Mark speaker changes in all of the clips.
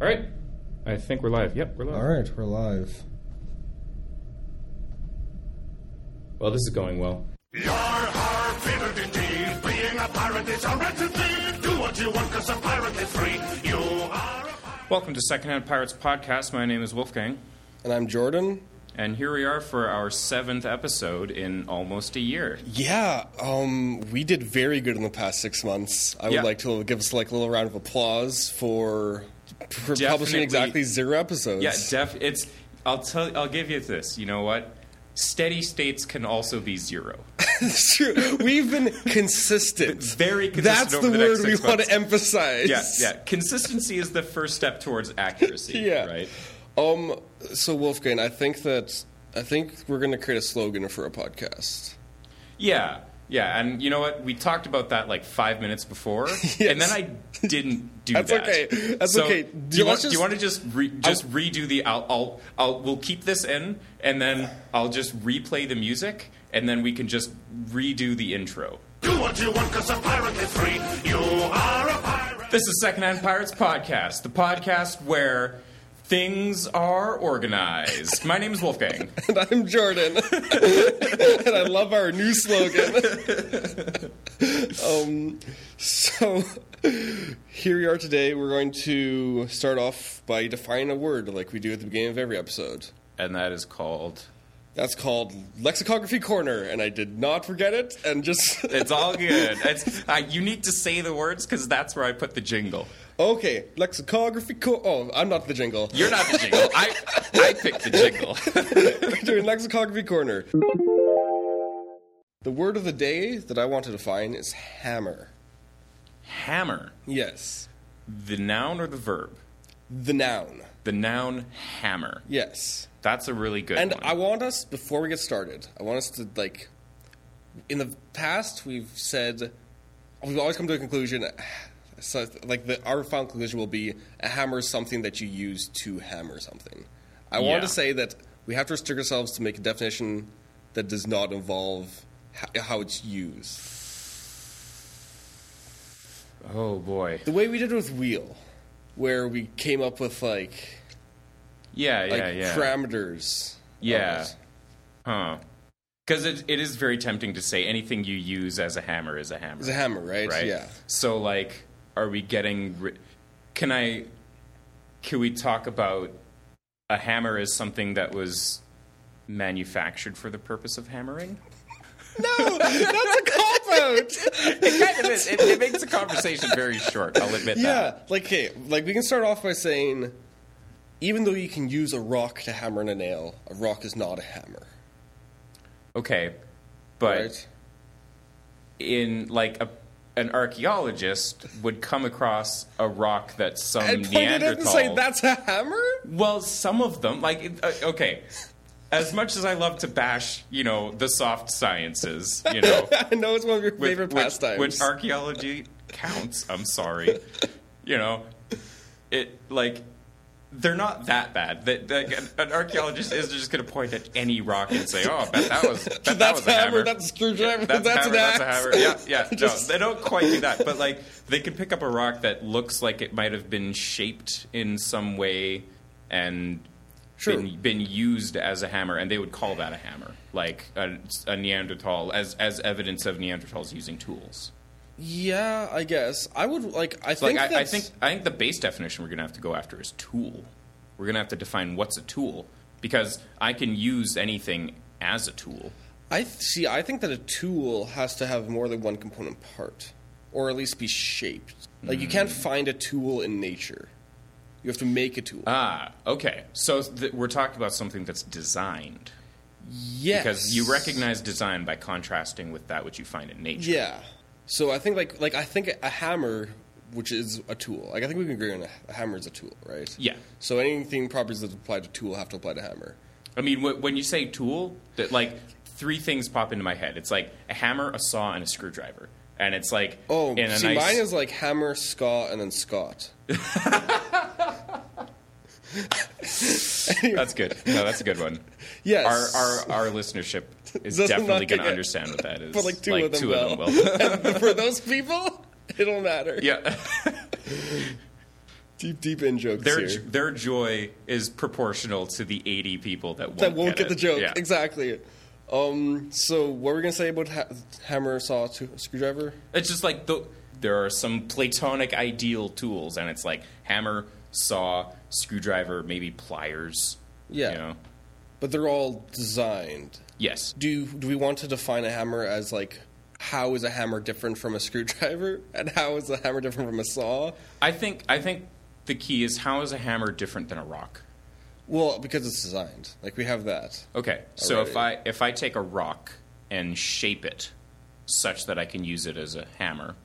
Speaker 1: All right. I think we're live. Yep, we're live.
Speaker 2: All right, we're live.
Speaker 1: Well, this is going well.
Speaker 3: You're our favorite indeed. Being a pirate is our rented thing. Do what you want, cause a pirate is free. You are a pirate.
Speaker 1: Welcome to Secondhand Pirates Podcast. My name is Wolfgang,
Speaker 2: And I'm Jordan.
Speaker 1: and here we are for our seventh episode in almost a year.
Speaker 4: Yeah, um, we did very good in the past six months. I
Speaker 1: Yeah.
Speaker 4: would like to give us like a little round of applause for, for
Speaker 1: Definitely-
Speaker 4: publishing exactly zero episodes.
Speaker 1: Yeah, def- it's. I'll tell. I'll give you this. You know what? Steady states can also be zero.
Speaker 4: it's true. We've been consistent.
Speaker 1: Very consistent
Speaker 4: That's
Speaker 1: over
Speaker 4: the
Speaker 1: the next
Speaker 4: word we
Speaker 1: six
Speaker 4: want
Speaker 1: months.
Speaker 4: to emphasize.
Speaker 1: Yeah, yeah. Consistency is the first step towards accuracy.
Speaker 4: Yeah.
Speaker 1: Right.
Speaker 4: Um, so Wolfgang, I think that I think we're going to create a slogan for a podcast.
Speaker 1: Yeah, yeah, and you know what? We talked about that like five minutes before, and then I didn't do
Speaker 4: That's
Speaker 1: that.
Speaker 4: okay. That's
Speaker 1: So,
Speaker 4: okay.
Speaker 1: Do you, want,
Speaker 4: Let's
Speaker 1: do you
Speaker 4: just-
Speaker 1: want to just re- just redo the? I'll, I'll I'll we'll keep this in, and then I'll just replay the music, and then we can just redo the intro.
Speaker 3: Do what you want, cause a pirate is free. You are a pirate.
Speaker 1: This is Secondhand Pirates podcast, the podcast where things are organized. My name is Wolfgang.
Speaker 4: And I'm Jordan. and I love our new slogan. um, so here we are today. We're going to start off by defining a word like we do at the beginning of every episode.
Speaker 1: And that is called.
Speaker 4: That's called Lexicography Corner, and I did not forget it. And just.
Speaker 1: It's all good. It's, uh, you need to say the words because that's where I put the jingle.
Speaker 4: okay, Lexicography Corner. Oh, I'm not the jingle.
Speaker 1: You're not the jingle. I I picked the jingle.
Speaker 4: We're doing Lexicography Corner. The word of the day that I want to define is hammer.
Speaker 1: Hammer.
Speaker 4: Yes.
Speaker 1: The noun or the verb?
Speaker 4: The noun.
Speaker 1: The noun hammer.
Speaker 4: Yes.
Speaker 1: That's a really good
Speaker 4: And
Speaker 1: one.
Speaker 4: I want us before we get started. I want us to like in the past we've said we've always come to a conclusion so like the our final conclusion will be a hammer is something that you use to hammer something. I want
Speaker 1: Yeah.
Speaker 4: to say that we have to restrict ourselves to make a definition that does not involve ho- how it's used.
Speaker 1: oh boy.
Speaker 4: The way we did with wheel where we came up with like
Speaker 1: Yeah, yeah,
Speaker 4: like
Speaker 1: yeah.
Speaker 4: parameters. of
Speaker 1: Yeah.
Speaker 4: it.
Speaker 1: Huh. Because it, it is very tempting to say anything you use as a hammer is a hammer.
Speaker 4: It's a hammer, right?
Speaker 1: right?
Speaker 4: Yeah.
Speaker 1: So like, are we getting? Ri- can I? Can we talk about a hammer as something that was manufactured for the purpose of hammering? It kind of is. It, it makes the conversation very short. I'll admit
Speaker 4: Yeah,
Speaker 1: that.
Speaker 4: like okay, like we can start off by saying, even though you can use a rock to hammer in a nail, a rock is not a hammer,
Speaker 1: Okay, but
Speaker 4: right?
Speaker 1: in like a, an archaeologist would come across a rock that some
Speaker 4: And point it
Speaker 1: Neanderthal.
Speaker 4: at and say that's a hammer.
Speaker 1: Well, some of them, like, it- uh, okay. As much as I love to bash, you know, the soft sciences, you know,
Speaker 4: I know it's one of your
Speaker 1: with-
Speaker 4: favorite
Speaker 1: which,
Speaker 4: pastimes.
Speaker 1: which archaeology counts. I'm sorry, you know, it like they're not that bad. That that- an- an archaeologist is just going to point at any rock and say, "Oh, I bet that was bet that
Speaker 4: that's
Speaker 1: was a
Speaker 4: hammer,
Speaker 1: hammer.
Speaker 4: That's a screwdriver.
Speaker 1: That's,
Speaker 4: that's
Speaker 1: hammer,
Speaker 4: an
Speaker 1: that's a
Speaker 4: axe.
Speaker 1: hammer. Yeah, yeah. No,
Speaker 4: Just-
Speaker 1: they don't quite do that, but like they can pick up a rock that looks like it might have been shaped in some way and
Speaker 4: Sure.
Speaker 1: been, been used as a hammer, and they would call that a hammer, like a, a Neanderthal, as as evidence of Neanderthals using tools.
Speaker 4: Yeah, I guess I would like. I
Speaker 1: Like
Speaker 4: think
Speaker 1: I, I
Speaker 4: that's-
Speaker 1: think I think the base definition we're gonna have to go after is tool. We're gonna have to define what's a tool because I can use anything as a tool.
Speaker 4: I th- see. I think that a tool has to have more than one component part, or at least be shaped. Like
Speaker 1: Hmm.
Speaker 4: you can't find a tool in nature. You have to make a tool.
Speaker 1: Ah, okay. So th- we're talking about something that's designed.
Speaker 4: yes,
Speaker 1: because you recognize design by contrasting with that which you find in nature.
Speaker 4: Yeah. So I think like like I think a hammer, which is a tool. Like I think we can agree on a, a hammer is a tool, right?
Speaker 1: Yeah.
Speaker 4: So anything properties that apply to tool have to apply to hammer.
Speaker 1: I mean, wh- when you say tool, that like three things pop into my head. It's like a hammer, a saw, and a screwdriver. And it's like
Speaker 4: Oh,
Speaker 1: in a
Speaker 4: see,
Speaker 1: nice,
Speaker 4: mine is like hammer, Scott, and then Scott.
Speaker 1: that's good. No, that's a good one.
Speaker 4: Yes.
Speaker 1: our our, our listenership is
Speaker 4: Does
Speaker 1: definitely
Speaker 4: not
Speaker 1: going
Speaker 4: get
Speaker 1: to
Speaker 4: it.
Speaker 1: understand what that is.
Speaker 4: But, like, two of them
Speaker 1: two of them
Speaker 4: will.
Speaker 1: will.
Speaker 4: For those people, it'll matter.
Speaker 1: yeah.
Speaker 4: Deep, deep in jokes
Speaker 1: Their
Speaker 4: here.
Speaker 1: j- their joy is proportional to the 80 people that won't,
Speaker 4: that won't get,
Speaker 1: it.
Speaker 4: the joke.
Speaker 1: Yeah.
Speaker 4: Exactly. Um, so what were we gonna say about ha- hammer, saw, to- screwdriver?
Speaker 1: It's just like the, there are some platonic ideal tools, and it's like hammer, saw, screwdriver, maybe pliers.
Speaker 4: Yeah.
Speaker 1: You know?
Speaker 4: But they're all designed.
Speaker 1: Yes.
Speaker 4: Do do we want to define a hammer as like how is a hammer different from a screwdriver, and how is a hammer different from a saw?
Speaker 1: I think I think the key is how is a hammer different than a rock?
Speaker 4: Well, because it's designed. Like we have that.
Speaker 1: Okay. So if I
Speaker 4: Alrighty.
Speaker 1: if I take a rock and shape it such that I can use it as a hammer.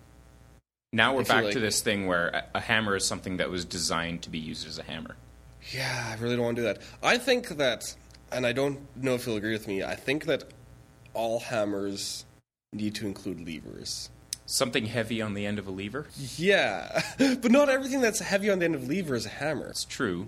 Speaker 1: Now we're
Speaker 4: I feel
Speaker 1: back
Speaker 4: like-
Speaker 1: to this thing where a- a hammer is something that was designed to be used as a hammer.
Speaker 4: Yeah, I really don't want to do that. I think that, and I don't know if you'll agree with me. I think that all hammers need to include levers.
Speaker 1: Something heavy on the end of a lever?
Speaker 4: Yeah, but not everything that's heavy on the end of lever is a hammer.
Speaker 1: It's true.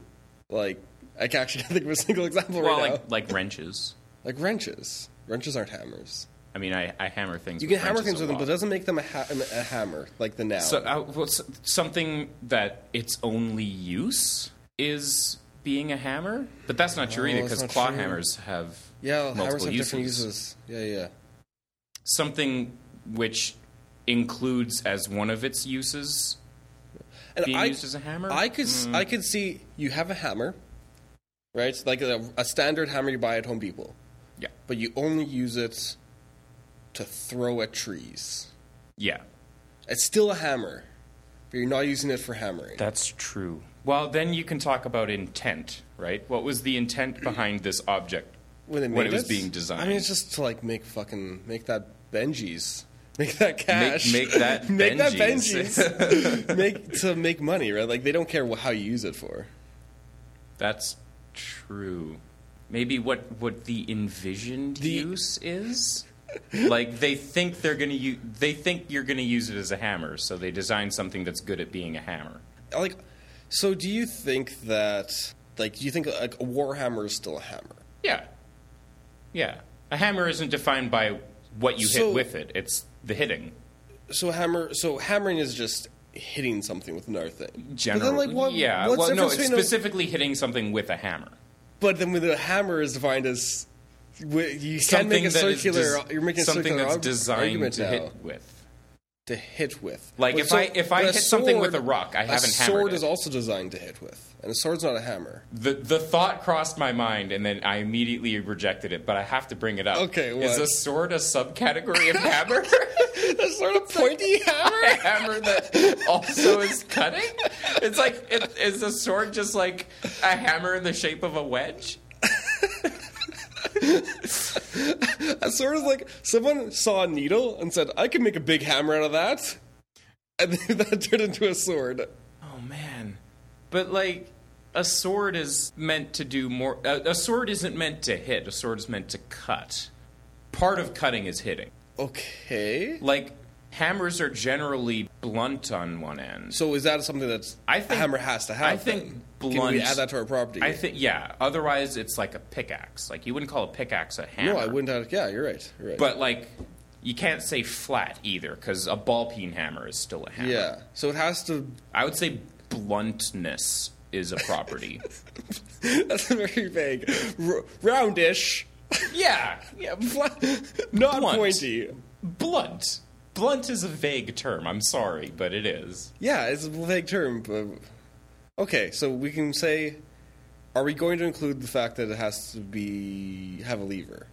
Speaker 4: Like I can actually think of a single example
Speaker 1: Well,
Speaker 4: right
Speaker 1: like
Speaker 4: now.
Speaker 1: like wrenches.
Speaker 4: Like wrenches. Wrenches aren't hammers.
Speaker 1: I mean, I, I hammer things.
Speaker 4: You
Speaker 1: with
Speaker 4: can hammer
Speaker 1: wrenches
Speaker 4: things
Speaker 1: a
Speaker 4: with them, but
Speaker 1: lot.
Speaker 4: it doesn't make them a, ha- a hammer. Like the noun.
Speaker 1: So, uh, well, s- something that its only use is being a hammer, but that's not true
Speaker 4: No,
Speaker 1: either
Speaker 4: it's
Speaker 1: because
Speaker 4: not
Speaker 1: claw
Speaker 4: true.
Speaker 1: hammers have
Speaker 4: yeah,
Speaker 1: multiple
Speaker 4: hammers have
Speaker 1: uses.
Speaker 4: different uses. Yeah, yeah.
Speaker 1: Something which includes as one of its uses
Speaker 4: And
Speaker 1: being
Speaker 4: I,
Speaker 1: used as a hammer. Hmm.
Speaker 4: I could s I could see you have a hammer, right? Like a, a standard hammer you buy at Home Depot,
Speaker 1: yeah,
Speaker 4: but you only use it to throw at trees.
Speaker 1: yeah,
Speaker 4: It's still a hammer, but you're not using it for hammering.
Speaker 1: that's true. Well, then you can talk about intent, right? What was the intent behind this object
Speaker 4: when they made
Speaker 1: it was being designed?
Speaker 4: I mean, it's just to like make fucking make that Benji's, make that cash,
Speaker 1: make that
Speaker 4: make that
Speaker 1: Benji's.
Speaker 4: Benji's, make to make money, right? Like they don't care wh- how you use it for.
Speaker 1: That's true. Maybe what what the envisioned use is. like they think they're gonna u- they think you're gonna use it as a hammer, so they design something that's good at being a hammer.
Speaker 4: Like, so do you think that like do you think like a warhammer is still a hammer?
Speaker 1: Yeah, yeah. A hammer isn't defined by what you
Speaker 4: So-
Speaker 1: hit with it; it's the hitting.
Speaker 4: So hammer, so hammering is just hitting something with another thing.
Speaker 1: Generally,
Speaker 4: but then like what?
Speaker 1: yeah.
Speaker 4: What's
Speaker 1: well,
Speaker 4: the
Speaker 1: no,
Speaker 4: difference
Speaker 1: it's
Speaker 4: between a-
Speaker 1: specifically hitting something with a hammer.
Speaker 4: but then with a hammer is defined as. wi- You can't make a
Speaker 1: that is
Speaker 4: circular.
Speaker 1: des-
Speaker 4: you're making a
Speaker 1: something
Speaker 4: circular
Speaker 1: that's
Speaker 4: arg-
Speaker 1: designed
Speaker 4: argument
Speaker 1: to
Speaker 4: now.
Speaker 1: hit with.
Speaker 4: to hit with.
Speaker 1: Like,
Speaker 4: But
Speaker 1: if I- if I
Speaker 4: but a
Speaker 1: hit something with a rock, I haven't
Speaker 4: A
Speaker 1: hammered
Speaker 4: sword
Speaker 1: it.
Speaker 4: is also designed to hit with, and a sword's not a hammer.
Speaker 1: The the thought crossed my mind, and then I immediately rejected it. But I have to bring it up.
Speaker 4: Okay,
Speaker 1: is
Speaker 4: what?
Speaker 1: a sword a subcategory of hammer?
Speaker 4: A sort of pointy hammer.
Speaker 1: a hammer that also is cutting? It's like it, is a sword just like a hammer in the shape of a wedge?
Speaker 4: A sword is like someone saw a needle and said, "I can make a big hammer out of that," and then that turned into a sword.
Speaker 1: Oh man, but like a sword is meant to do more. A, a sword isn't meant to hit. A sword is meant to cut. Part of cutting is hitting.
Speaker 4: Okay.
Speaker 1: Like hammers are generally blunt on one end.
Speaker 4: So is that something that
Speaker 1: I think
Speaker 4: a hammer has to have?
Speaker 1: I think
Speaker 4: then?
Speaker 1: blunt.
Speaker 4: Can we add that to our property?
Speaker 1: I think yeah. Otherwise, it's like a pickaxe. Like you wouldn't call a pickaxe a hammer.
Speaker 4: No, I wouldn't. Have, yeah, you're right. You're right.
Speaker 1: But like, you can't say flat either because a ball peen hammer is still a hammer.
Speaker 4: yeah, so it has to.
Speaker 1: I would say bluntness is a property.
Speaker 4: That's very vague. R- roundish,
Speaker 1: yeah. Yeah. Blunt.
Speaker 4: not
Speaker 1: Blunt.
Speaker 4: pointy.
Speaker 1: Blunt. Blunt is a vague term. I'm sorry, but it is.
Speaker 4: Yeah, it's a vague term, but okay. So we can say, are we going to include the fact that it has to be have a lever?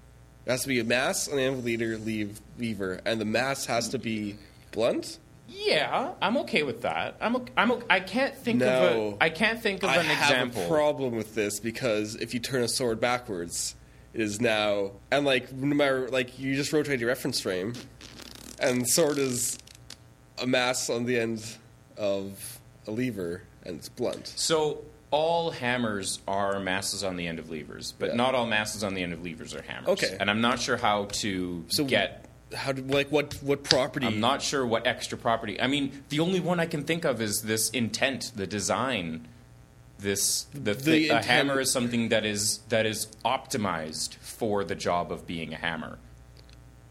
Speaker 4: It has to be a mass and a leader leave lever, and the mass has to be blunt.
Speaker 1: Yeah, I'm okay with that. I'm o- I'm o- I can't think
Speaker 4: No.
Speaker 1: of a I can't think of
Speaker 4: I
Speaker 1: an
Speaker 4: have
Speaker 1: example.
Speaker 4: a problem with this because if you turn a sword backwards, it is now and like no matter like you just rotate your reference frame, and sword is a mass on the end of a lever, and it's blunt.
Speaker 1: So all hammers are masses on the end of levers, but
Speaker 4: Yeah.
Speaker 1: not all masses on the end of levers are hammers.
Speaker 4: Okay.
Speaker 1: And I'm not sure how to
Speaker 4: So
Speaker 1: get.
Speaker 4: how do like what what property?
Speaker 1: I'm not sure what extra property. I mean, the only one I can think of is this intent, the design. This the, thi- a
Speaker 4: intent-
Speaker 1: hammer is something that is that is optimized for the job of being a hammer.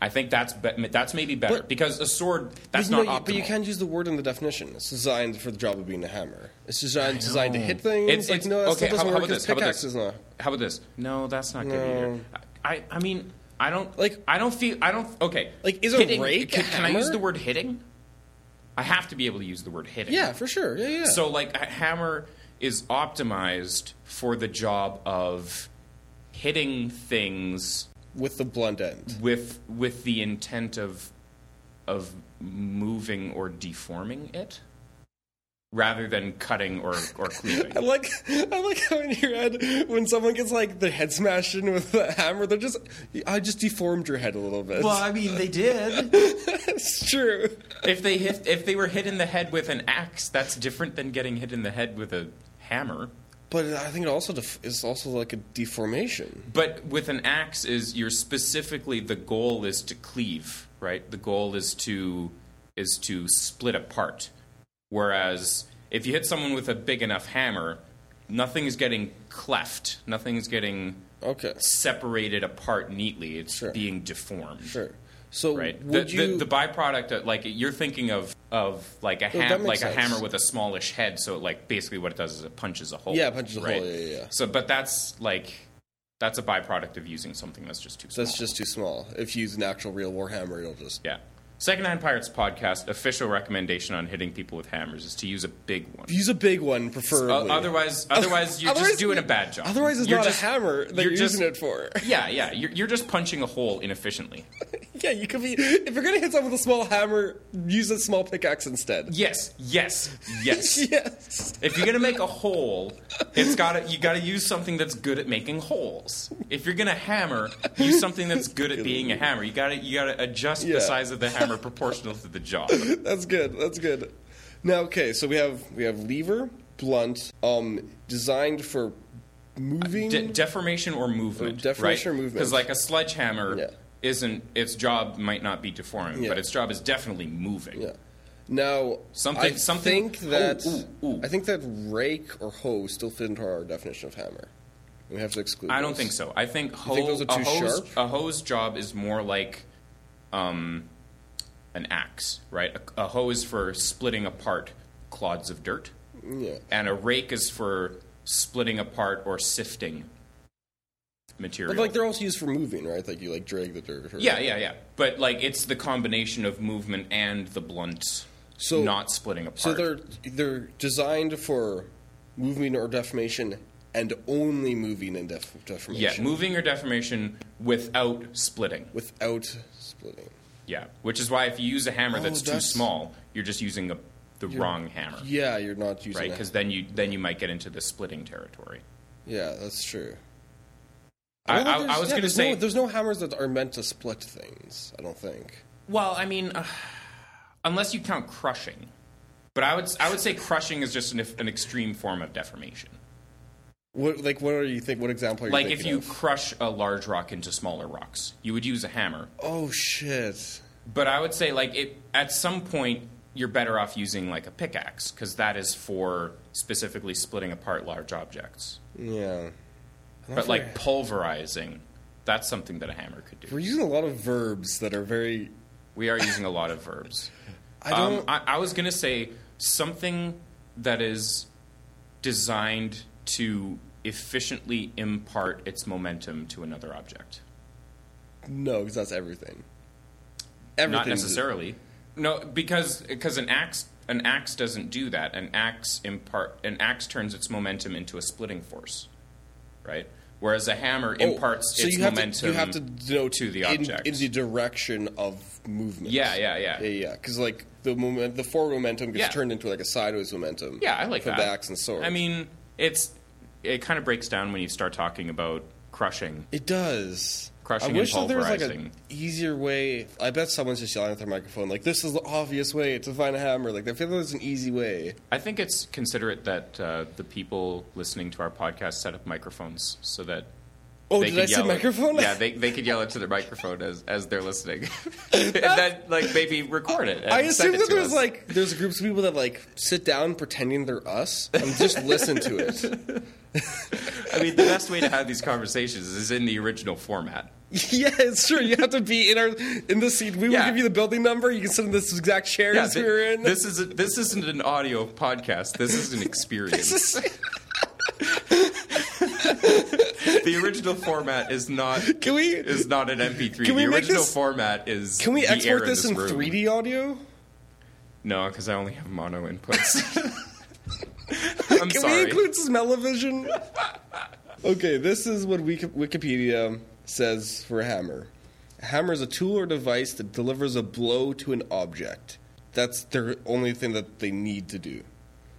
Speaker 1: I think that's be- that's maybe better
Speaker 4: But-
Speaker 1: because a sword that's
Speaker 4: No,
Speaker 1: not
Speaker 4: you-
Speaker 1: optimal.
Speaker 4: But you can use the word in the definition. It's designed for the job of being a hammer. It's designed designed to hit things.
Speaker 1: It's-
Speaker 4: like,
Speaker 1: it's-
Speaker 4: no, that
Speaker 1: okay,
Speaker 4: still doesn't
Speaker 1: how- how
Speaker 4: work
Speaker 1: about
Speaker 4: because
Speaker 1: this? How about this?
Speaker 4: pickaxe is not.
Speaker 1: How about this? No, that's not good
Speaker 4: No.
Speaker 1: either. I, I mean, I don't
Speaker 4: Like-
Speaker 1: like. I don't feel. I don't. Okay.
Speaker 4: Like, is a
Speaker 1: hitting,
Speaker 4: rake
Speaker 1: Can,
Speaker 4: a
Speaker 1: can I use
Speaker 4: hammer?
Speaker 1: the word hitting? I have to be able to use the word hitting.
Speaker 4: Yeah, for sure. Yeah, yeah.
Speaker 1: So like a hammer is optimized for the job of hitting things
Speaker 4: with the blunt end.
Speaker 1: with with the intent of of moving or deforming it rather than cutting or or cleaving.
Speaker 4: I like I like how in your head when someone gets like their head smashed in with a hammer, they're just I just deformed your head a little bit.
Speaker 1: I mean, they did.
Speaker 4: It's true.
Speaker 1: if they hit, if they were hit in the head with an axe, that's different than getting hit in the head with a hammer.
Speaker 4: But I think it also def- is also like a deformation.
Speaker 1: But with an axe, is you're specifically the goal is to cleave, right? The goal is to is to split apart. Whereas if you hit someone with a big enough hammer, nothing is getting cleft. Nothing is getting
Speaker 4: Okay,
Speaker 1: separated apart neatly. It's
Speaker 4: Sure.
Speaker 1: being deformed.
Speaker 4: sure. So
Speaker 1: right? The,
Speaker 4: would
Speaker 1: the-
Speaker 4: you Oh,
Speaker 1: the, byproduct, of, like you're thinking of, of like a
Speaker 4: that
Speaker 1: ham,
Speaker 4: makes
Speaker 1: like
Speaker 4: sense.
Speaker 1: a hammer with a smallish head. So like basically, what it does is it punches a hole.
Speaker 4: Yeah, it punches a hole,
Speaker 1: right?
Speaker 4: yeah, yeah, yeah.
Speaker 1: So, but that's like that's a byproduct of using something that's just too small.
Speaker 4: that's just too small. If you use an actual real war hammer, it'll just
Speaker 1: yeah. Secondhand Pirates podcast official recommendation on hitting people with hammers is to use a big one.
Speaker 4: use a big one,
Speaker 1: O-
Speaker 4: preferably.
Speaker 1: otherwise, otherwise you're
Speaker 4: Otherwise-
Speaker 1: just doing a bad job.
Speaker 4: Otherwise, it's
Speaker 1: You're
Speaker 4: not
Speaker 1: just-
Speaker 4: a hammer that you're,
Speaker 1: just-
Speaker 4: using it for.
Speaker 1: Yeah, yeah. You're, you're just punching a hole inefficiently.
Speaker 4: yeah, you could be. If you're gonna hit someone with a small hammer, use a small pickaxe instead.
Speaker 1: Yes, yes, yes.
Speaker 4: Yes.
Speaker 1: If you're gonna make a hole, it's gotta you gotta use something that's good at making holes. If you're gonna hammer, use something that's good at being a hammer. You gotta you gotta adjust
Speaker 4: Yeah. Mm-hmm.
Speaker 1: the size of the hammer proportional to the job.
Speaker 4: That's good. That's good. Now, okay, so we have we have lever, blunt, um, designed for moving.
Speaker 1: De- deformation or movement.
Speaker 4: Or deformation or movement.
Speaker 1: Because like a sledgehammer
Speaker 4: Yeah.
Speaker 1: isn't its job might not be deforming,
Speaker 4: Yeah.
Speaker 1: but its job is definitely moving.
Speaker 4: yeah. Now,
Speaker 1: Something-
Speaker 4: I
Speaker 1: something-
Speaker 4: think that
Speaker 1: ooh, ooh, ooh.
Speaker 4: I think that rake or hoe still fit into our definition of hammer. We have to exclude.
Speaker 1: I don't
Speaker 4: those.
Speaker 1: think so. I think, hoe,
Speaker 4: think those are too
Speaker 1: a hose,
Speaker 4: sharp?
Speaker 1: A hose job is more like um, an axe, right? A, a hoe is for splitting apart clods of dirt,
Speaker 4: Yeah.
Speaker 1: and a rake is for splitting apart or sifting material.
Speaker 4: But like they're also used for moving, right? Like you like drag the dirt. Or,
Speaker 1: yeah, yeah, yeah. But like it's the combination of movement and the blunt,
Speaker 4: So-
Speaker 1: not splitting apart.
Speaker 4: So they're they're designed for moving or deformation, and only moving and def-
Speaker 1: yeah,
Speaker 4: deformation.
Speaker 1: moving or deformation without splitting.
Speaker 4: without splitting.
Speaker 1: Yeah, which is why if you use a hammer
Speaker 4: Oh,
Speaker 1: that's, too
Speaker 4: that's-
Speaker 1: small, you're just using a, the wrong hammer,
Speaker 4: Yeah, you're not using
Speaker 1: right?
Speaker 4: a-
Speaker 1: Because then you then you might get into the splitting territory.
Speaker 4: Yeah, that's true.
Speaker 1: I,
Speaker 4: don't think
Speaker 1: I,
Speaker 4: there's-
Speaker 1: I was
Speaker 4: yeah,
Speaker 1: going to
Speaker 4: there's
Speaker 1: say,
Speaker 4: no, there's no hammers that are meant to split things. I don't think.
Speaker 1: well, I mean, uh, unless you count crushing, but I would s- I would say crushing is just an, an extreme form of deformation.
Speaker 4: What like what are you think? What example are you
Speaker 1: Like if
Speaker 4: thinking
Speaker 1: you
Speaker 4: of?
Speaker 1: crush a large rock into smaller rocks, you would use a hammer.
Speaker 4: Oh shit!
Speaker 1: But I would say like it at some point you're better off using like a pickaxe because that is for specifically splitting apart large objects.
Speaker 4: Yeah,
Speaker 1: But like pulverizing, that's something that a hammer could
Speaker 4: we're
Speaker 1: do.
Speaker 4: using a lot of verbs that are very.
Speaker 1: We are using a lot of verbs.
Speaker 4: I
Speaker 1: Um,
Speaker 4: don't.
Speaker 1: I, I was gonna say something that is designed to efficiently impart its momentum to another object.
Speaker 4: no, because that's everything. Everything.
Speaker 1: Not necessarily. No, because because an axe an axe doesn't do that. An axe impart an axe turns its momentum into a splitting force, right? Whereas a hammer
Speaker 4: Oh,
Speaker 1: imparts
Speaker 4: so
Speaker 1: its
Speaker 4: you have
Speaker 1: momentum.
Speaker 4: To, you have to denote
Speaker 1: to the
Speaker 4: in-
Speaker 1: object.
Speaker 4: in, the direction of movement.
Speaker 1: Yeah, yeah, yeah.
Speaker 4: yeah, yeah. Because like the moment, the forward momentum gets
Speaker 1: Yeah.
Speaker 4: turned into like a sideways momentum.
Speaker 1: Yeah, I like
Speaker 4: for
Speaker 1: that.
Speaker 4: the axe and sword.
Speaker 1: I mean, it's it kind of breaks down when you start talking about crushing.
Speaker 4: It does.
Speaker 1: Crushing
Speaker 4: I wish
Speaker 1: and
Speaker 4: that there was like an
Speaker 1: pulverizing.
Speaker 4: easier way. I bet someone's just yelling at their microphone, like, "This is the obvious way to find a hammer." Like, I feel there's an easy way.
Speaker 1: I think it's considerate that uh, the people listening to our podcast set up microphones so that.
Speaker 4: Oh,
Speaker 1: they
Speaker 4: did
Speaker 1: could
Speaker 4: I say
Speaker 1: yell it-
Speaker 4: microphone?
Speaker 1: yeah, they, they could yell it to their microphone as, as they're listening, and then like maybe record it. and
Speaker 4: I
Speaker 1: send
Speaker 4: assume
Speaker 1: it
Speaker 4: that
Speaker 1: to
Speaker 4: there's
Speaker 1: us.
Speaker 4: like there's groups of people that like sit down pretending they're us and just listen to it.
Speaker 1: I mean, the best way to have these conversations is in the original format.
Speaker 4: Yes, sure. You have to be in our in the seat. We
Speaker 1: Yeah.
Speaker 4: will give you the building number. You can sit in this exact chair
Speaker 1: Yeah,
Speaker 4: as
Speaker 1: thi-
Speaker 4: we were in.
Speaker 1: this is a, this isn't an audio podcast. This is an experience.
Speaker 4: This is-
Speaker 1: the original format is not
Speaker 4: can we
Speaker 1: is not an MP3.
Speaker 4: Can we
Speaker 1: the
Speaker 4: make
Speaker 1: original
Speaker 4: this-
Speaker 1: format is
Speaker 4: can we
Speaker 1: the air
Speaker 4: export this in
Speaker 1: room.
Speaker 4: 3D audio?
Speaker 1: No, because I only have mono inputs. I'm
Speaker 4: Can
Speaker 1: sorry.
Speaker 4: we include smell-o-vision? okay, this is what Wiki- Wikipedia says for a hammer. A hammer is a tool or device that delivers a blow to an object. That's their only thing that they need to do.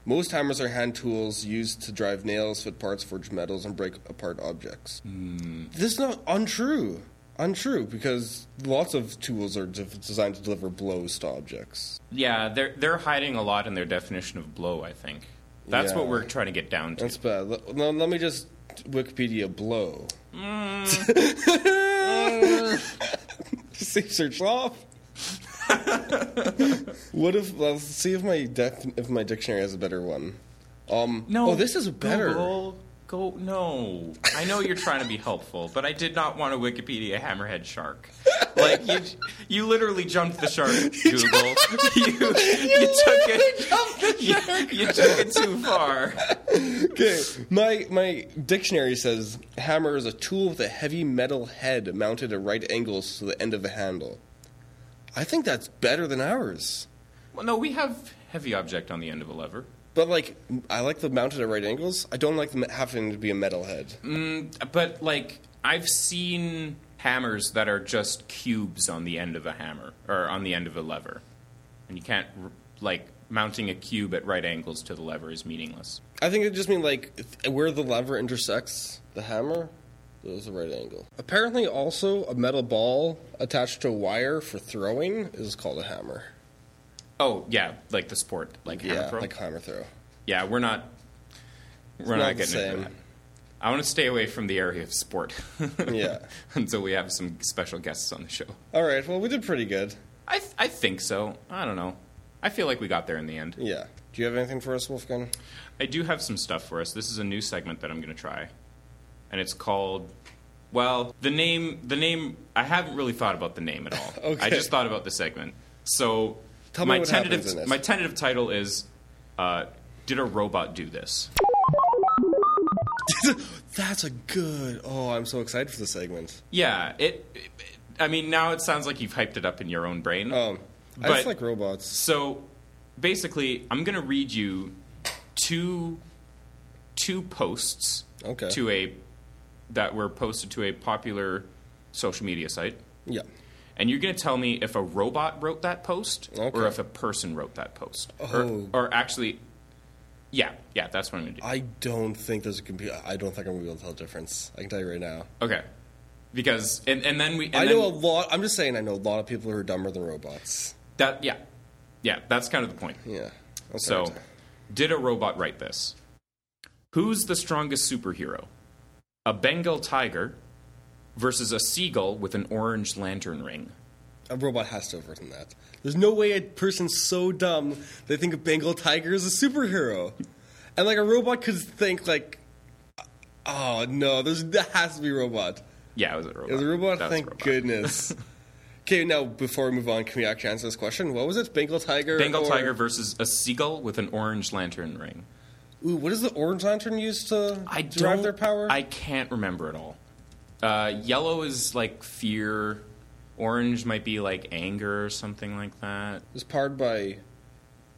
Speaker 4: Most hammers are hand tools used to drive nails, fit parts, forge metals, and break apart objects. This is not untrue. Untrue, because lots of tools are de- designed to deliver blows to objects.
Speaker 1: yeah, they're they're hiding a lot in their definition of blow. I think that's
Speaker 4: Yeah.
Speaker 1: what we're trying to get down to.
Speaker 4: That's bad. Let, no, let me just Wikipedia blow. Safe search off. what if? Let's see if my def, if my dictionary has a better one. Um.
Speaker 1: No,
Speaker 4: Oh, this is better.
Speaker 1: Google, go no. I know you're trying to be helpful, but I did not want to Wikipedia hammerhead shark. Like you, you literally jumped the shark, Google. you, you, took it. You, you took it too far.
Speaker 4: Okay. My my dictionary says hammer is a tool with a heavy metal head mounted at right angles to the end of a handle. I think that's better than ours.
Speaker 1: Well, no, we have heavy object on the end of a lever.
Speaker 4: But like, I like the mounted at right angles. I don't like them having to be a metal head.
Speaker 1: But like, I've seen hammers that are just cubes on the end of a hammer or on the end of a lever, and you can't r- like mounting a cube at right angles to the lever is meaningless.
Speaker 4: I think it just means like th- where the lever intersects the hammer, there's a right angle. Apparently, also a metal ball attached to a wire for throwing is called a hammer.
Speaker 1: Oh yeah, like the sport, like hammer
Speaker 4: yeah,
Speaker 1: throw.
Speaker 4: like hammer throw.
Speaker 1: yeah, we're not, we're
Speaker 4: not
Speaker 1: not,
Speaker 4: the
Speaker 1: getting
Speaker 4: same.
Speaker 1: into that. I want to stay away from the area of sport.
Speaker 4: Yeah.
Speaker 1: Until we have some special guests on the show.
Speaker 4: All right, well, we did pretty good.
Speaker 1: I th- I think so. I don't know. I feel like we got there in the end.
Speaker 4: Yeah. Do you have anything for us, Wolfgang?
Speaker 1: I do have some stuff for us. This is a new segment that I'm going to try, and it's called. Well, the name. The name. I haven't really thought about the name at all.
Speaker 4: Okay.
Speaker 1: I just thought about the segment. So
Speaker 4: Tell me
Speaker 1: my
Speaker 4: what happens
Speaker 1: tentative.
Speaker 4: in this.
Speaker 1: My tentative title is. Uh, did a robot do this?
Speaker 4: That's a good. Oh, I'm so excited for the segment.
Speaker 1: Yeah. It, it. I mean, now it sounds like you've hyped it up in your own brain.
Speaker 4: Um,
Speaker 1: But-
Speaker 4: I just like robots.
Speaker 1: So basically, I'm going to read you two two posts
Speaker 4: Okay.
Speaker 1: to a that were posted to a popular social media site.
Speaker 4: Yeah.
Speaker 1: And you're going to tell me if a robot wrote that post or
Speaker 4: Okay.
Speaker 1: if a person wrote that post.
Speaker 4: Oh.
Speaker 1: Or, or actually yeah, yeah, that's what I'm going to do.
Speaker 4: I don't think there's a computer. I don't think I'm gonna be able to tell the difference. I can tell you right now.
Speaker 1: okay. Because and, and then we and
Speaker 4: I
Speaker 1: then
Speaker 4: know a lot. I'm just saying. I know a lot of people who are dumber than robots.
Speaker 1: that yeah. Yeah, that's kind of the point.
Speaker 4: Yeah. Okay.
Speaker 1: So, did a robot write this? Who's the strongest superhero? A Bengal tiger versus a seagull with an orange lantern ring.
Speaker 4: A robot has to have written that. There's no way a person's so dumb they think a Bengal tiger is a superhero, and like a robot could think like, oh no, there's that has to be a robot.
Speaker 1: Yeah, it was a robot.
Speaker 4: It was a robot.
Speaker 1: That was a
Speaker 4: thank
Speaker 1: Uh, robot.
Speaker 4: goodness. okay, now before we move on, can we actually answer this question? What was it? Bengal tiger.
Speaker 1: Bengal
Speaker 4: or-
Speaker 1: tiger versus a seagull with an orange lantern ring.
Speaker 4: Ooh, what is the orange lantern used to
Speaker 1: I
Speaker 4: derive
Speaker 1: don't-
Speaker 4: their power?
Speaker 1: I can't remember at all. Uh, yellow is like fear. Orange might be like anger or something like that.
Speaker 4: It's powered by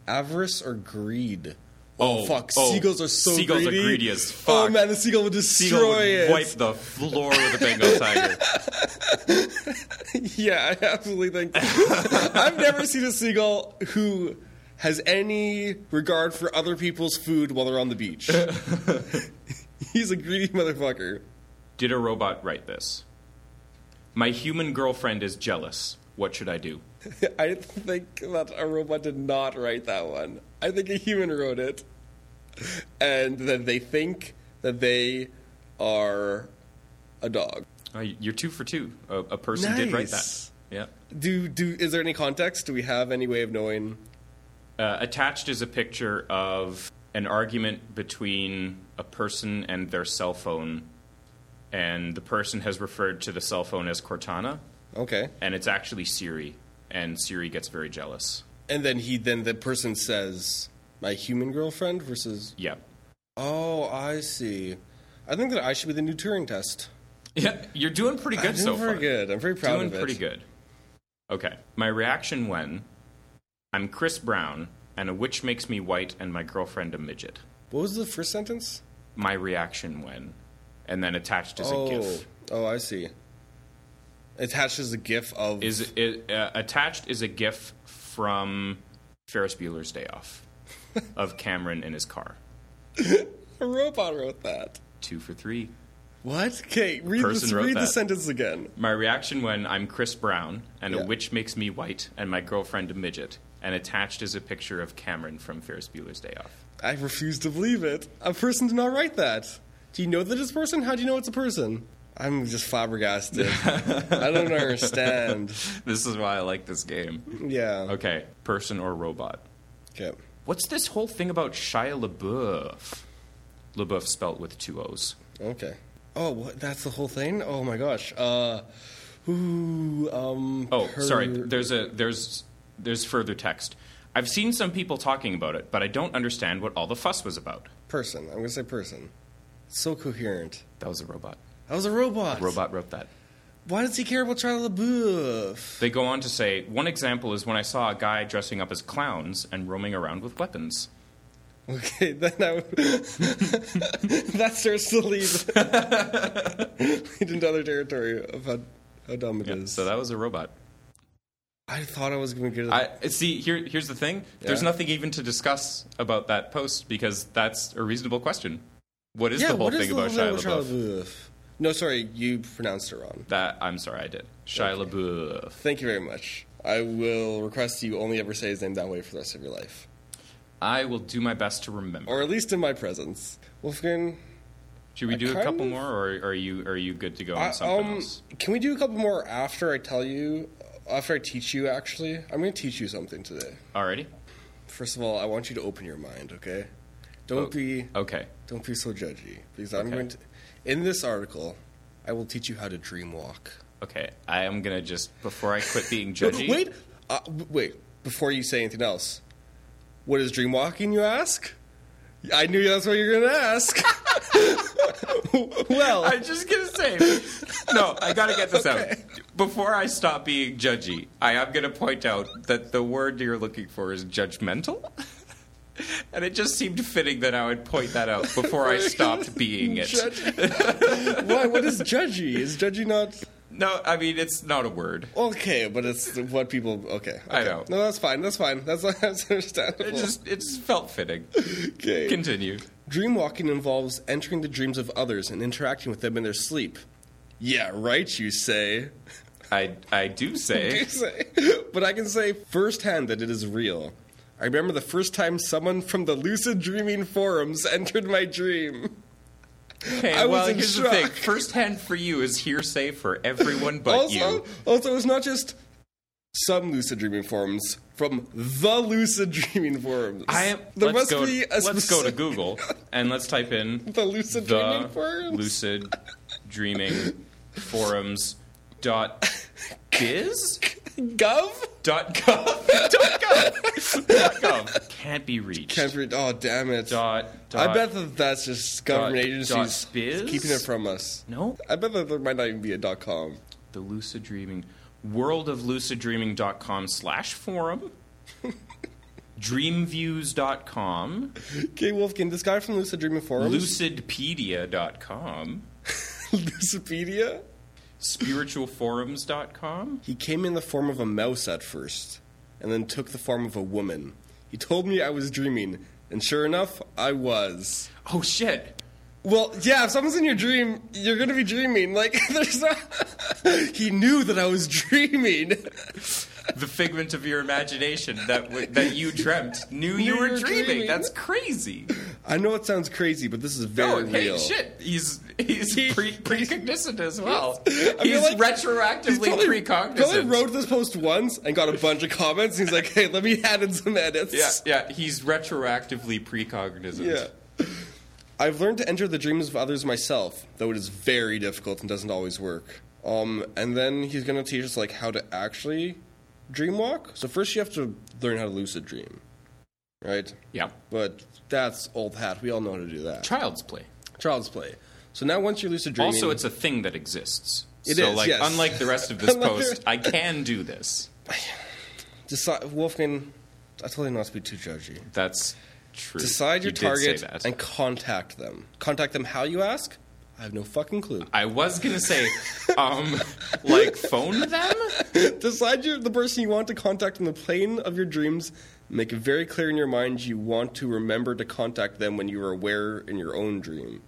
Speaker 4: avarice or greed.
Speaker 1: Oh,
Speaker 4: fuck!
Speaker 1: oh,
Speaker 4: seagulls are so
Speaker 1: seagulls
Speaker 4: greedy.
Speaker 1: are greedy as
Speaker 4: Oh
Speaker 1: fuck.
Speaker 4: man, the seagull would destroy
Speaker 1: seagull would
Speaker 4: it.
Speaker 1: wipe the floor with a Bengal tiger.
Speaker 4: Yeah, I absolutely think. I've never seen a seagull who has any regard for other people's food while they're on the beach. He's a greedy motherfucker.
Speaker 1: Did a robot write this? My human girlfriend is jealous. What should I do?
Speaker 4: I think that a robot did not write that one. I think a human wrote it. And that they think that they are a dog.
Speaker 1: Oh, y- you're two for two. A, a person did write that.
Speaker 4: Nice.
Speaker 1: Yeah.
Speaker 4: Do do is there any context? Do we have any way of knowing?
Speaker 1: Uh, attached is a picture of an argument between a person and their cell phone and the person has referred to the cell phone as Cortana,
Speaker 4: Okay.
Speaker 1: and it's actually Siri, and Siri gets very jealous.
Speaker 4: And then he then the person says my human girlfriend versus
Speaker 1: Yeah.
Speaker 4: Oh, I see. I think that I should be the new Turing test.
Speaker 1: Yeah, you're doing pretty good
Speaker 4: I'm
Speaker 1: so
Speaker 4: doing very
Speaker 1: far.
Speaker 4: good. I'm very proud
Speaker 1: doing
Speaker 4: of it.
Speaker 1: pretty good. Okay. My reaction when I'm Chris Brown and a witch makes me white and my girlfriend a midget.
Speaker 4: What was the first sentence?
Speaker 1: My reaction when and then attached is
Speaker 4: oh.
Speaker 1: a gif.
Speaker 4: Oh, I see. Attached is a gif of
Speaker 1: Is it, uh, attached is a gif from Ferris Bueller's Day Off of Cameron in his car.
Speaker 4: a robot wrote that.
Speaker 1: Two for three.
Speaker 4: What? Okay, read,
Speaker 1: Person
Speaker 4: this,
Speaker 1: wrote
Speaker 4: read the
Speaker 1: that.
Speaker 4: sentence again.
Speaker 1: My reaction when I'm Chris Brown and
Speaker 4: Yeah.
Speaker 1: a witch makes me white and my girlfriend a midget, and attached is a picture of Cameron from Ferris Bueller's Day Off.
Speaker 4: I refuse to believe it. A person did not write that. Do you know that it's a person? How do you know it's a person? I'm just flabbergasted. I don't understand.
Speaker 1: This is why I like this game.
Speaker 4: Yeah.
Speaker 1: Okay, person or robot.
Speaker 4: Okay.
Speaker 1: What's this whole thing about Shia LaBeouf? LaBeouf spelt with two O's.
Speaker 4: Okay. Oh, what? That's the whole thing? Oh my gosh. Uh, ooh, um.
Speaker 1: Oh,
Speaker 4: per-
Speaker 1: sorry. There's a there's there's further text. I've seen some people talking about it, but I don't understand what all the fuss was about.
Speaker 4: Person. I'm gonna say person. So coherent.
Speaker 1: That was a robot.
Speaker 4: That was a robot.
Speaker 1: Robot wrote that.
Speaker 4: Why does he care about Charlie LaBeouf?
Speaker 1: They go on to say one example is when I saw a guy dressing up as clowns and roaming around with weapons.
Speaker 4: Okay, then I would. that starts to lead, lead into other territory of how, how dumb it is.
Speaker 1: So that was a robot.
Speaker 4: I thought I was going to get it.
Speaker 1: I see. Here, here's the thing. There's
Speaker 4: Yeah.
Speaker 1: nothing even to discuss about that post because that's a reasonable question. What is
Speaker 4: yeah,
Speaker 1: the whole
Speaker 4: what is
Speaker 1: thing
Speaker 4: the
Speaker 1: about
Speaker 4: whole
Speaker 1: Shia
Speaker 4: thing about
Speaker 1: LaBeouf?
Speaker 4: Shia LaBeouf? No, sorry, you pronounced it wrong.
Speaker 1: That I'm sorry, I did. Shia LaBeouf.
Speaker 4: Thank you very much. I will request you only ever say his name that way for the rest of your life,
Speaker 1: I will do my best to remember.
Speaker 4: or at least in my presence. Wolfgang,
Speaker 1: Should we
Speaker 4: I
Speaker 1: do a
Speaker 4: kind
Speaker 1: couple
Speaker 4: of-
Speaker 1: more, or are you are you good to go
Speaker 4: I,
Speaker 1: on something
Speaker 4: um,
Speaker 1: else?
Speaker 4: can we do a couple more after I tell you? After I teach you, actually, I'm going to teach you something today.
Speaker 1: Alrighty.
Speaker 4: First of all, I want you to open your mind, okay? Don't be
Speaker 1: Oh, Okay.
Speaker 4: don't be so judgy because I'm
Speaker 1: Okay.
Speaker 4: going to. In this article, I will teach you how to dream walk.
Speaker 1: Okay. I am gonna just before I quit being judgy.
Speaker 4: Wait, uh, w- wait. Before you say anything else, what is dream walking? You ask. I knew that's what you're going to ask. well,
Speaker 1: I'm just gonna say, no. I gotta get this out before I stop being judgy. I am gonna point out that the word you're looking for is judgmental, and it just seemed fitting that I would point that out before I stopped being it.
Speaker 4: judgy. Why? What is judgy? Is judgy not
Speaker 1: No, I mean it's not a word.
Speaker 4: okay? But it's what people. Okay,
Speaker 1: I
Speaker 4: okay.
Speaker 1: know.
Speaker 4: No, that's fine. That's fine. That's, that's understandable.
Speaker 1: It just it just felt fitting.
Speaker 4: okay.
Speaker 1: Continue.
Speaker 4: Dream walking involves entering the dreams of others and interacting with them in their sleep. Yeah, right, you say.
Speaker 1: I I do say.
Speaker 4: You say. But I can say firsthand that it is real. I remember the first time someone from the lucid dreaming forums entered my dream.
Speaker 1: Okay,
Speaker 4: I was
Speaker 1: well,
Speaker 4: in
Speaker 1: here's
Speaker 4: shock.
Speaker 1: the thing. Firsthand for you is hearsay for everyone but
Speaker 4: also,
Speaker 1: you.
Speaker 4: also, it's not just some lucid dreaming forums from the lucid dreaming forums.
Speaker 1: I am.
Speaker 4: There
Speaker 1: let's
Speaker 4: must
Speaker 1: go,
Speaker 4: be a
Speaker 1: let's go to
Speaker 4: specific-
Speaker 1: Google and let's type in
Speaker 4: The lucid
Speaker 1: the
Speaker 4: dreaming forums.
Speaker 1: lucid dreaming forums dot biz
Speaker 4: Gov.
Speaker 1: dot gov dot gov dot gov can't be reached.
Speaker 4: Can't read. Oh, damn it.
Speaker 1: Dot,
Speaker 4: I
Speaker 1: dot-
Speaker 4: bet that that's just government
Speaker 1: dot-
Speaker 4: agencies
Speaker 1: dot biz?
Speaker 4: keeping it from us.
Speaker 1: no,
Speaker 4: I bet that there might not even be a dot com.
Speaker 1: the lucid dreaming world of lucid dreaming dot com slash forum dreamviews dot com
Speaker 4: Okay, Wolfgang, this guy from Lucid Dreaming Forums,
Speaker 1: lucidpedia.com
Speaker 4: Lucipedia,
Speaker 1: spiritualforums.com
Speaker 4: he came in the form of a mouse at first, and then took the form of a woman. He told me I was dreaming, and sure enough, I was.
Speaker 1: oh shit
Speaker 4: Well, yeah, if someone's in your dream, you're gonna be dreaming. Like, there's not. he knew that I was dreaming.
Speaker 1: the figment of your imagination that w- that you dreamt knew you
Speaker 4: Knew
Speaker 1: were
Speaker 4: you were
Speaker 1: dreaming.
Speaker 4: dreaming.
Speaker 1: that's crazy
Speaker 4: I know it sounds crazy, but this is very
Speaker 1: oh hey
Speaker 4: real.
Speaker 1: shit he's he's
Speaker 4: He-
Speaker 1: pre- precognizant as well
Speaker 4: I
Speaker 1: he's
Speaker 4: feel like
Speaker 1: retroactively
Speaker 4: Probably
Speaker 1: precognizant
Speaker 4: wrote this post once and got a bunch of comments. And he's like, "Hey, let me add in some edits."
Speaker 1: yeah yeah he's retroactively precognizant
Speaker 4: Yeah. I've learned to enter the dreams of others myself, though it is very difficult and doesn't always work. Um, and then he's going to teach us like how to actually dream walk. So first, you have to learn how to lucid dream, right?
Speaker 1: Yeah.
Speaker 4: But that's old hat. We all know how to do that.
Speaker 1: Child's play.
Speaker 4: Child's play. So now, once you're lucid dreaming,
Speaker 1: Also, it's a thing that exists.
Speaker 4: It
Speaker 1: so,
Speaker 4: is,
Speaker 1: like,
Speaker 4: yes.
Speaker 1: unlike the rest of this
Speaker 4: Unlike the-
Speaker 1: post, I can do this.
Speaker 4: deci- Wolfgang. I told you not to be too judgy.
Speaker 1: That's true.
Speaker 4: Decide your
Speaker 1: You did say
Speaker 4: target
Speaker 1: that.
Speaker 4: and contact them. Contact them how you ask? I have no fucking clue.
Speaker 1: I was gonna say, um, like phone them.
Speaker 4: Decide your, the person you want to contact in the plane of your dreams. Make it very clear in your mind you want to remember to contact them when you are aware in your own dream.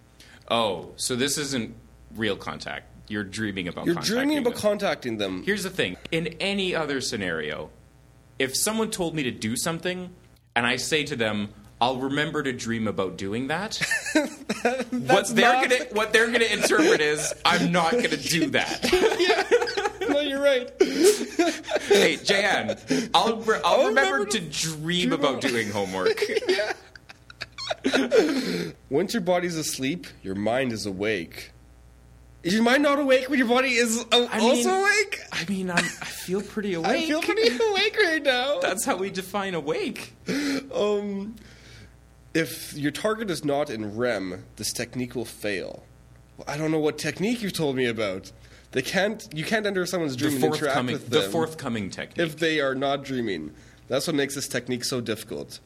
Speaker 1: Oh, so this isn't real contact. You're dreaming about.
Speaker 4: You're
Speaker 1: contacting
Speaker 4: dreaming about
Speaker 1: them.
Speaker 4: contacting them.
Speaker 1: Here's the thing: in any other scenario, if someone told me to do something, and I say to them, "I'll remember to dream about doing that," what they're
Speaker 4: not-
Speaker 1: gonna what they're gonna interpret is, "I'm not gonna do that."
Speaker 4: no, you're right.
Speaker 1: hey, Jan, I'll re- I'll,
Speaker 4: I'll
Speaker 1: remember,
Speaker 4: remember
Speaker 1: to dream about doing homework.
Speaker 4: Once your body's asleep, your mind is awake. Is your mind not awake when your body is a- also
Speaker 1: mean-
Speaker 4: awake?
Speaker 1: I mean, I'm, I feel pretty awake.
Speaker 4: I feel pretty awake right now.
Speaker 1: That's how we define awake.
Speaker 4: Um, if your target is not in REM, this technique will fail. Well, I don't know what technique you've told me about. They can't. You can't enter someone's
Speaker 1: The
Speaker 4: dream and interact
Speaker 1: forthcoming,
Speaker 4: with
Speaker 1: the
Speaker 4: them
Speaker 1: forthcoming technique.
Speaker 4: if they are not dreaming. That's what makes this technique so difficult.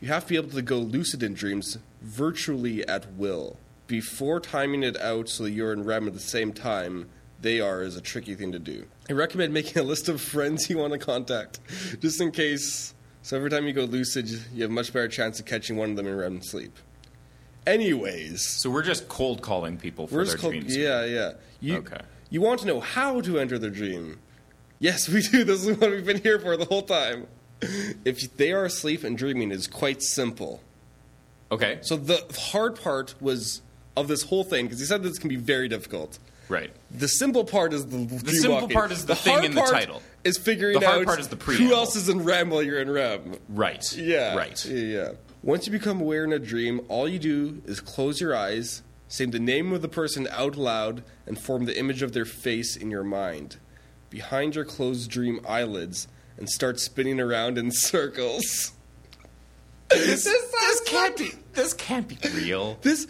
Speaker 4: You have to be able to go lucid in dreams virtually at will. Before timing it out so that you're in REM at the same time they are is a tricky thing to do. I recommend making a list of friends you want to contact, just in case. So every time you go lucid, you have much better chance of catching one of them in REM sleep. Anyways,
Speaker 1: so we're just cold calling people for
Speaker 4: Where's
Speaker 1: their
Speaker 4: called-
Speaker 1: dreams.
Speaker 4: Yeah, yeah. You,
Speaker 1: Okay.
Speaker 4: You want to know how to enter the dream? Yes, we do. This is what we've been here for the whole time. If they are asleep and dreaming is quite simple.
Speaker 1: Okay.
Speaker 4: So the hard part was of this whole thing because he said this can be very difficult.
Speaker 1: right.
Speaker 4: The simple part is the the
Speaker 1: simple part is the thing
Speaker 4: hard
Speaker 1: in the
Speaker 4: part
Speaker 1: title.
Speaker 4: Is figuring
Speaker 1: The hard
Speaker 4: out
Speaker 1: part is the
Speaker 4: who
Speaker 1: preamble.
Speaker 4: else is in REM while you're in REM.
Speaker 1: Right.
Speaker 4: Yeah.
Speaker 1: Right.
Speaker 4: Yeah, yeah. Once you become aware in a dream, all you do is close your eyes, say the name of the person out loud, and form the image of their face in your mind. Behind your closed dream eyelids, and start spinning around in circles.
Speaker 1: This, this can't be. This can't be real.
Speaker 4: This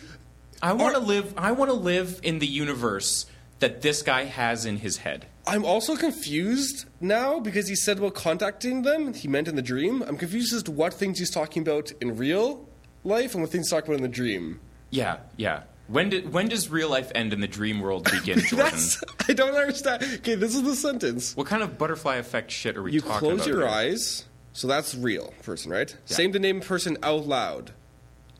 Speaker 1: I want to live. I want to live in the universe that this guy has in his head.
Speaker 4: I'm also confused now because he said about contacting them, he meant in the dream. I'm confused as to what things he's talking about in real life and what things he's talking about in the dream.
Speaker 1: Yeah. Yeah. When did when does real life end and the dream world begin, Jordan?
Speaker 4: That's I don't understand. Okay, this is the sentence.
Speaker 1: What kind of butterfly effect shit are we
Speaker 4: You
Speaker 1: talking
Speaker 4: close
Speaker 1: about?
Speaker 4: your
Speaker 1: here?
Speaker 4: eyes, so that's real person, right? Same the name person out loud.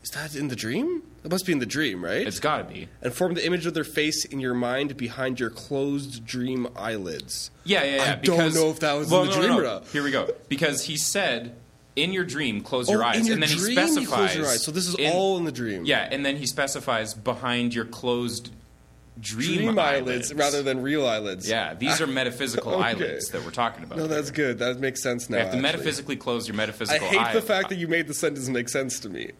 Speaker 4: Is that in the dream? That must be in the dream, right?
Speaker 1: It's got to be.
Speaker 4: and form the image of their face in your mind behind your closed dream eyelids.
Speaker 1: Yeah, yeah, yeah.
Speaker 4: I don't
Speaker 1: because-
Speaker 4: know if that was
Speaker 1: Well,
Speaker 4: in the
Speaker 1: no, no,
Speaker 4: dream
Speaker 1: no.
Speaker 4: or not.
Speaker 1: Here we go. Because he said, in your dream, close
Speaker 4: Oh,
Speaker 1: your
Speaker 4: in
Speaker 1: eyes.
Speaker 4: your
Speaker 1: and then he
Speaker 4: dream you
Speaker 1: specifies.
Speaker 4: close your eyes. So this is
Speaker 1: in-
Speaker 4: all in the dream.
Speaker 1: Yeah, and then he specifies behind your closed dream,
Speaker 4: Dream eyelids, rather than real eyelids.
Speaker 1: Yeah, these are metaphysical
Speaker 4: Okay.
Speaker 1: eyelids that we're talking about.
Speaker 4: No, that's
Speaker 1: here.
Speaker 4: good. That makes sense now.
Speaker 1: You have to
Speaker 4: actually.
Speaker 1: metaphysically close your
Speaker 4: I
Speaker 1: metaphysical
Speaker 4: hate
Speaker 1: eye-
Speaker 4: the fact that you made the sentence make sense to me.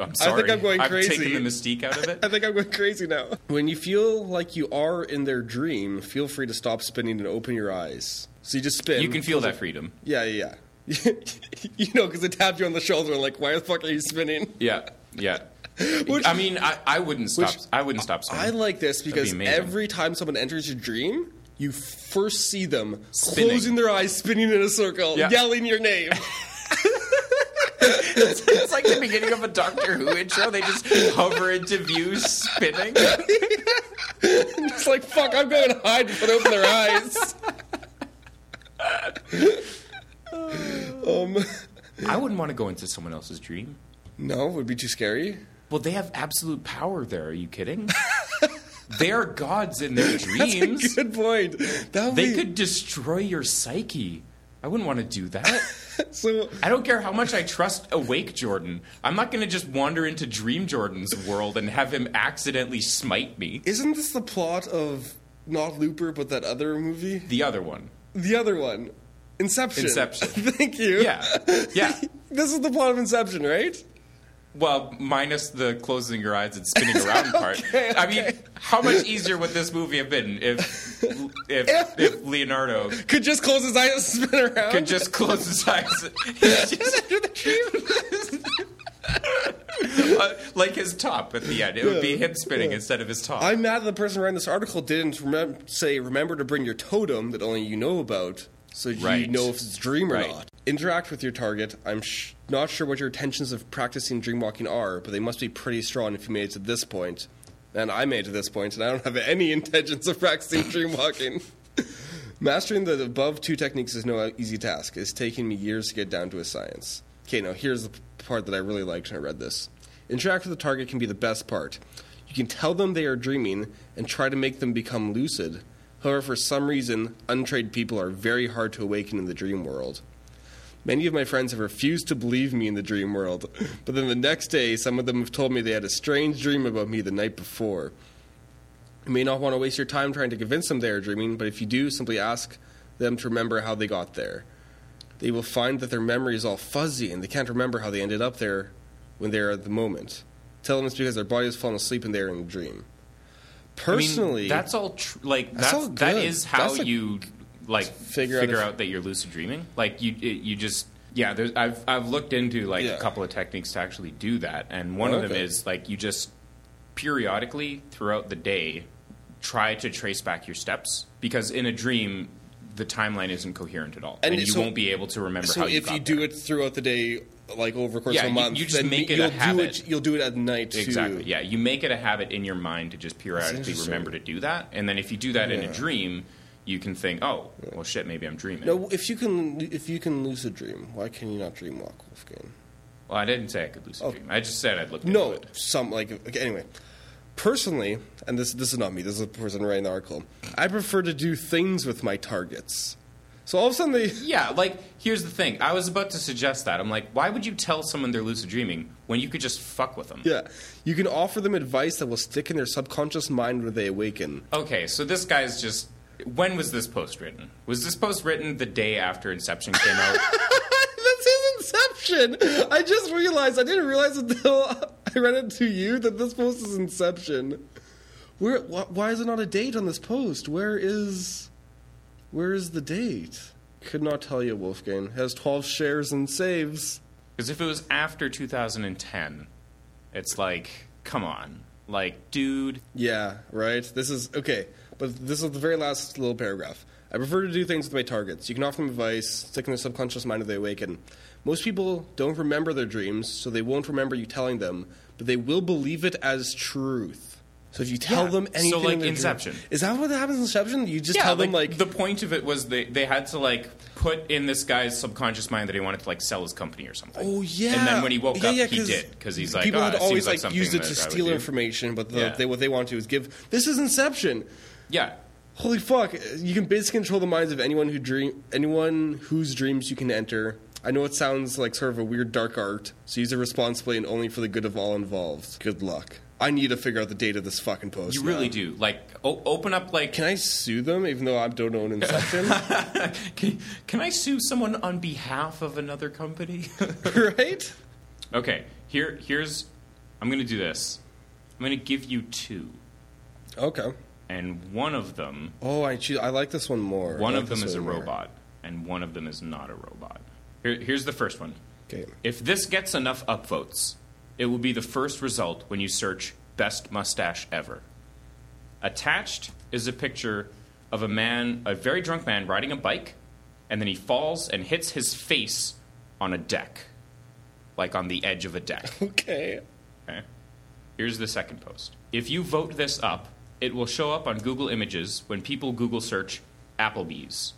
Speaker 1: I'm sorry.
Speaker 4: I'm going
Speaker 1: I've
Speaker 4: crazy.
Speaker 1: taken the mystique out of
Speaker 4: I
Speaker 1: it.
Speaker 4: think I'm going crazy now. When you feel like you are in their dream, feel free to stop spinning and open your eyes. So you just spin.
Speaker 1: You can feel that freedom.
Speaker 4: Yeah, yeah, yeah. you know, because it tapped you on the shoulder, like, why the fuck are you spinning?
Speaker 1: Yeah, yeah.
Speaker 4: Which-
Speaker 1: I mean, I, I wouldn't stop.
Speaker 4: Which-
Speaker 1: I wouldn't stop.
Speaker 4: I
Speaker 1: Spinning.
Speaker 4: like this
Speaker 1: be
Speaker 4: because
Speaker 1: amazing.
Speaker 4: every time someone enters your dream, you first see them
Speaker 1: Spinning.
Speaker 4: closing their eyes, spinning in a circle,
Speaker 1: Yeah.
Speaker 4: yelling your name.
Speaker 1: It's like the beginning of a Doctor Who intro. They just hover into view, spinning.
Speaker 4: it's like, fuck, I'm going to hide before they open their eyes. um,
Speaker 1: I wouldn't want to go into someone else's dream.
Speaker 4: no, would be too scary.
Speaker 1: Well, they have absolute power there. Are you kidding? they are gods in their dreams.
Speaker 4: Good point. That would
Speaker 1: They
Speaker 4: be-
Speaker 1: could destroy your psyche. I wouldn't want to do that.
Speaker 4: So
Speaker 1: I don't care how much I trust Awake Jordan. I'm not going to just wander into Dream Jordan's world and have him accidentally smite me.
Speaker 4: isn't this the plot of not Looper but that other movie?
Speaker 1: The other one.
Speaker 4: The other one. Inception.
Speaker 1: Inception.
Speaker 4: Thank you.
Speaker 1: Yeah. Yeah.
Speaker 4: this is the plot of Inception, right?
Speaker 1: Well, minus the closing your eyes and spinning around part.
Speaker 4: Okay,
Speaker 1: I mean, how much easier would this movie have been if if, if Leonardo
Speaker 4: Could just close his eyes and spin around.
Speaker 1: could just close his eyes? It's just,
Speaker 4: Under the tree.
Speaker 1: uh, like his top at the end, it would be him spinning instead of his top.
Speaker 4: I'm mad that the person writing this article didn't remem- say, remember to bring your totem that only you know about so you
Speaker 1: Right.
Speaker 4: know if it's a dream or
Speaker 1: Right.
Speaker 4: not. Interact with your target. I'm sh- not sure what your intentions of practicing dream walking are, but they must be pretty strong if you made it to this point. And I made it to this point, and I don't have any intentions of practicing dream walking. Mastering the above two techniques is no easy task. It's taken me years to get down to a science. Okay, now here's the p- part that I really liked when I read this. Interact with the target can be the best part. You can tell them they are dreaming and try to make them become lucid. However, for some reason, untrained people are very hard to awaken in the dream world. Many of my friends have refused to believe me in the dream world, but then the next day, some of them have told me they had a strange dream about me the night before. You may not want to waste your time trying to convince them they are dreaming, but if you do, simply ask them to remember how they got there. They will find that their memory is all fuzzy and they can't remember how they ended up there when they are at the moment. Tell them it's because their body has fallen asleep and they are in a dream.
Speaker 1: I mean,
Speaker 4: Personally,
Speaker 1: that's all. Tr- like
Speaker 4: That's
Speaker 1: that's,
Speaker 4: all
Speaker 1: that
Speaker 4: good.
Speaker 1: is how
Speaker 4: That's a-
Speaker 1: you like
Speaker 4: figure
Speaker 1: figure,
Speaker 4: out if-
Speaker 1: out, that you're lucid dreaming. Like you, it, you just yeah. There's I've I've looked into like
Speaker 4: Yeah.
Speaker 1: a couple of techniques to actually do that, and one of them
Speaker 4: Okay.
Speaker 1: is like you just periodically throughout the day try to trace back your steps because in a dream the timeline isn't coherent at all,
Speaker 4: And
Speaker 1: and, you
Speaker 4: so-
Speaker 1: won't be able to remember
Speaker 4: so
Speaker 1: how you
Speaker 4: if
Speaker 1: got
Speaker 4: you
Speaker 1: there.
Speaker 4: do it throughout the day, like over the course
Speaker 1: Yeah,
Speaker 4: of a
Speaker 1: you-
Speaker 4: month,
Speaker 1: you just
Speaker 4: then
Speaker 1: make it a
Speaker 4: you'll do
Speaker 1: habit.
Speaker 4: it. You'll do it at night too.
Speaker 1: Exactly. Yeah, you make it a habit in your mind to just periodically
Speaker 4: interesting.
Speaker 1: remember to do that, and then if you do that in
Speaker 4: Yeah.
Speaker 1: a dream, you can think, "Oh, well, shit, maybe I'm dreaming."
Speaker 4: No, if you can, if you can lucid dream, why can you not dream walk, Wolfgang?
Speaker 1: Well, I didn't say I could lucid dream. I just said I'd look.
Speaker 4: Oh. No,
Speaker 1: into it.
Speaker 4: some like okay, anyway. Personally, and this this is not me. This is the person writing the article. I prefer to do things with my targets. So all of a sudden they.
Speaker 1: Yeah, like here's the thing. I was about to suggest that. I'm like, why would you tell someone they're lucid dreaming when you could just fuck with them?
Speaker 4: Yeah, you can offer them advice that will stick in their subconscious mind when they awaken.
Speaker 1: Okay, so this guy's just. When was this post written? Was this post written the day after Inception came out?
Speaker 4: That's his inception. I just realized. I didn't realize until I read it to you that this post is inception. Where? Wh- why is it not a date on this post? Where is? Where is the date? Could not tell you. Wolfgang has twelve shares and saves.
Speaker 1: Because if it was after 2010, it's like, come on, like, dude.
Speaker 4: Yeah, right? This is okay, but this is the very last little paragraph. I prefer to do things with my targets. You can offer them advice, stick in their subconscious mind if they awaken. Most people don't remember their dreams, so they won't remember you telling them, but they will believe it as truth. So if you tell
Speaker 1: Yeah,
Speaker 4: them
Speaker 1: so
Speaker 4: anything, in
Speaker 1: like
Speaker 4: their dream-
Speaker 1: Inception.
Speaker 4: is that what happens in Inception? You just
Speaker 1: Yeah,
Speaker 4: tell
Speaker 1: like,
Speaker 4: them like
Speaker 1: the point of it was they they had to like put in this guy's subconscious mind that he wanted to like sell his company or something.
Speaker 4: Oh yeah.
Speaker 1: And then when he woke
Speaker 4: Yeah,
Speaker 1: up,
Speaker 4: yeah,
Speaker 1: he did because he's like,
Speaker 4: people
Speaker 1: "Ah,
Speaker 4: had
Speaker 1: it seems
Speaker 4: always
Speaker 1: like,
Speaker 4: like
Speaker 1: something
Speaker 4: used it
Speaker 1: that
Speaker 4: to
Speaker 1: I would
Speaker 4: steal
Speaker 1: do."
Speaker 4: information, but the,
Speaker 1: Yeah.
Speaker 4: they, what they wanted to was give. This is Inception.
Speaker 1: Yeah,
Speaker 4: Holy fuck! You can basically control the minds of anyone who dream, anyone whose dreams you can enter. I know it sounds like sort of a weird dark art, so use it responsibly and only for the good of all involved. Good luck. I need to figure out the date of this fucking post.
Speaker 1: you really
Speaker 4: now.
Speaker 1: do. Like, o- open up. Like,
Speaker 4: Can I sue them, even though I don't own Inception?
Speaker 1: can, can I sue someone on behalf of another company?
Speaker 4: right?
Speaker 1: okay, here here's. I'm gonna do this. I'm gonna give you two,
Speaker 4: Okay.
Speaker 1: and one of them,
Speaker 4: Oh, I choose, I like this one more. I
Speaker 1: one
Speaker 4: like
Speaker 1: of them
Speaker 4: this
Speaker 1: is a
Speaker 4: one more.
Speaker 1: robot, and one of them is not a robot. Here, here's the first one.
Speaker 4: Okay.
Speaker 1: If this gets enough upvotes, it will be the first result when you search best mustache ever. Attached is a picture of a man, a very drunk man, riding a bike, and then he falls and hits his face on a deck, like on the edge of a deck.
Speaker 4: Okay.
Speaker 1: Okay. Here's the second post. If you vote this up, it will show up on Google Images when people Google search Applebee's.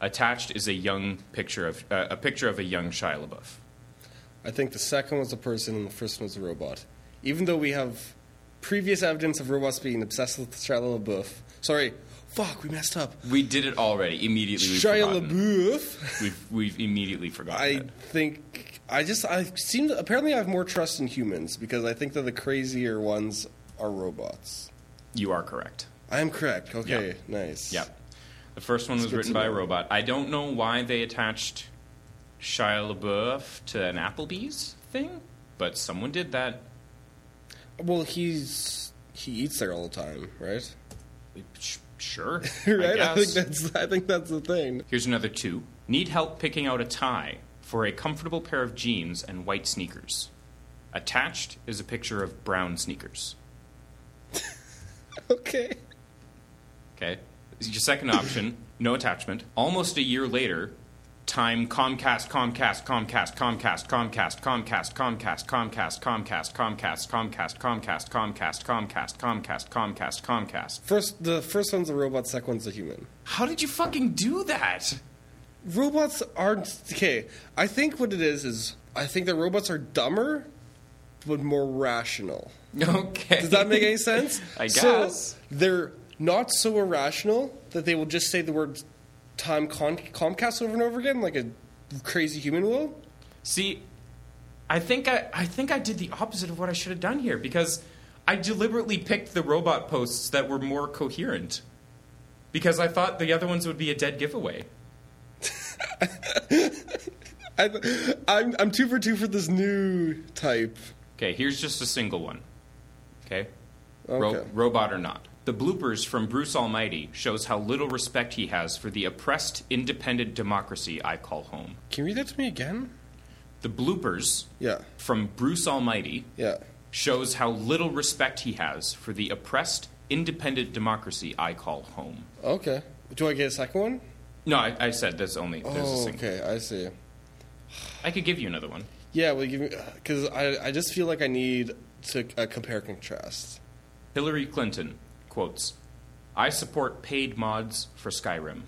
Speaker 1: Attached is a young picture of uh, a picture of a young Shia LaBeouf.
Speaker 4: I think the second was a person and the first one was a robot. Even though we have previous evidence of robots being obsessed with Shia LaBeouf. Sorry, fuck, we messed up.
Speaker 1: We did it already. Immediately, we've
Speaker 4: Shia
Speaker 1: forgotten.
Speaker 4: LaBeouf.
Speaker 1: We've, we've immediately forgotten.
Speaker 4: I
Speaker 1: it.
Speaker 4: think I just I seem to, apparently I have more trust in humans because I think that the crazier ones are robots.
Speaker 1: You are correct.
Speaker 4: I am correct. Okay, nice.
Speaker 1: Yep. The first one was
Speaker 4: good
Speaker 1: written
Speaker 4: to
Speaker 1: by a
Speaker 4: know.
Speaker 1: robot. I don't know why they attached Shia LaBeouf to an Applebee's thing. But someone did that.
Speaker 4: Well, he's he eats there all the time, right?
Speaker 1: Sh- Sure. I
Speaker 4: right. I,
Speaker 1: guess.
Speaker 4: think that's I think that's the thing.
Speaker 1: Here's another two. Need help picking out a tie for a comfortable pair of jeans and white sneakers. Attached is a picture of brown sneakers.
Speaker 4: Okay.
Speaker 1: Okay. This is Your second option, no attachment. Almost a year later, time Comcast, Comcast, Comcast, Comcast, Comcast, Comcast, Comcast, Comcast, Comcast, Comcast, Comcast, Comcast, Comcast, Comcast, Comcast, Comcast, Comcast.
Speaker 4: First, the first one's a robot. Second one's a human.
Speaker 1: How did you fucking do that?
Speaker 4: Robots aren't okay. I think what it is is I think that robots are dumber, but more rational.
Speaker 1: Okay.
Speaker 4: Does that make any sense?
Speaker 1: I guess.
Speaker 4: So they're not so irrational that they will just say the word time con- Comcast over and over again like a crazy human will.
Speaker 1: See, I think I, I think I did the opposite of what I should have done here because I deliberately picked the robot posts that were more coherent because I thought the other ones would be a dead giveaway.
Speaker 4: I, I'm, I'm two for two for this new type.
Speaker 1: Okay, here's just a single one. Okay?
Speaker 4: Okay.
Speaker 1: robot or not. The bloopers from Bruce Almighty shows how little respect he has for the oppressed independent democracy I call home.
Speaker 4: Can you read that to me again?
Speaker 1: The bloopers
Speaker 4: Yeah.
Speaker 1: from Bruce Almighty
Speaker 4: Yeah.
Speaker 1: shows how little respect he has for the oppressed independent democracy I call home.
Speaker 4: Okay. Do I get a second one?
Speaker 1: No, I, I said there's only there's a
Speaker 4: Oh,
Speaker 1: single.
Speaker 4: okay. I see.
Speaker 1: I could give you another one.
Speaker 4: Yeah, well, give me because uh, I I just feel like I need to uh, compare contrast.
Speaker 1: Hillary Clinton quotes, "I support paid mods for Skyrim."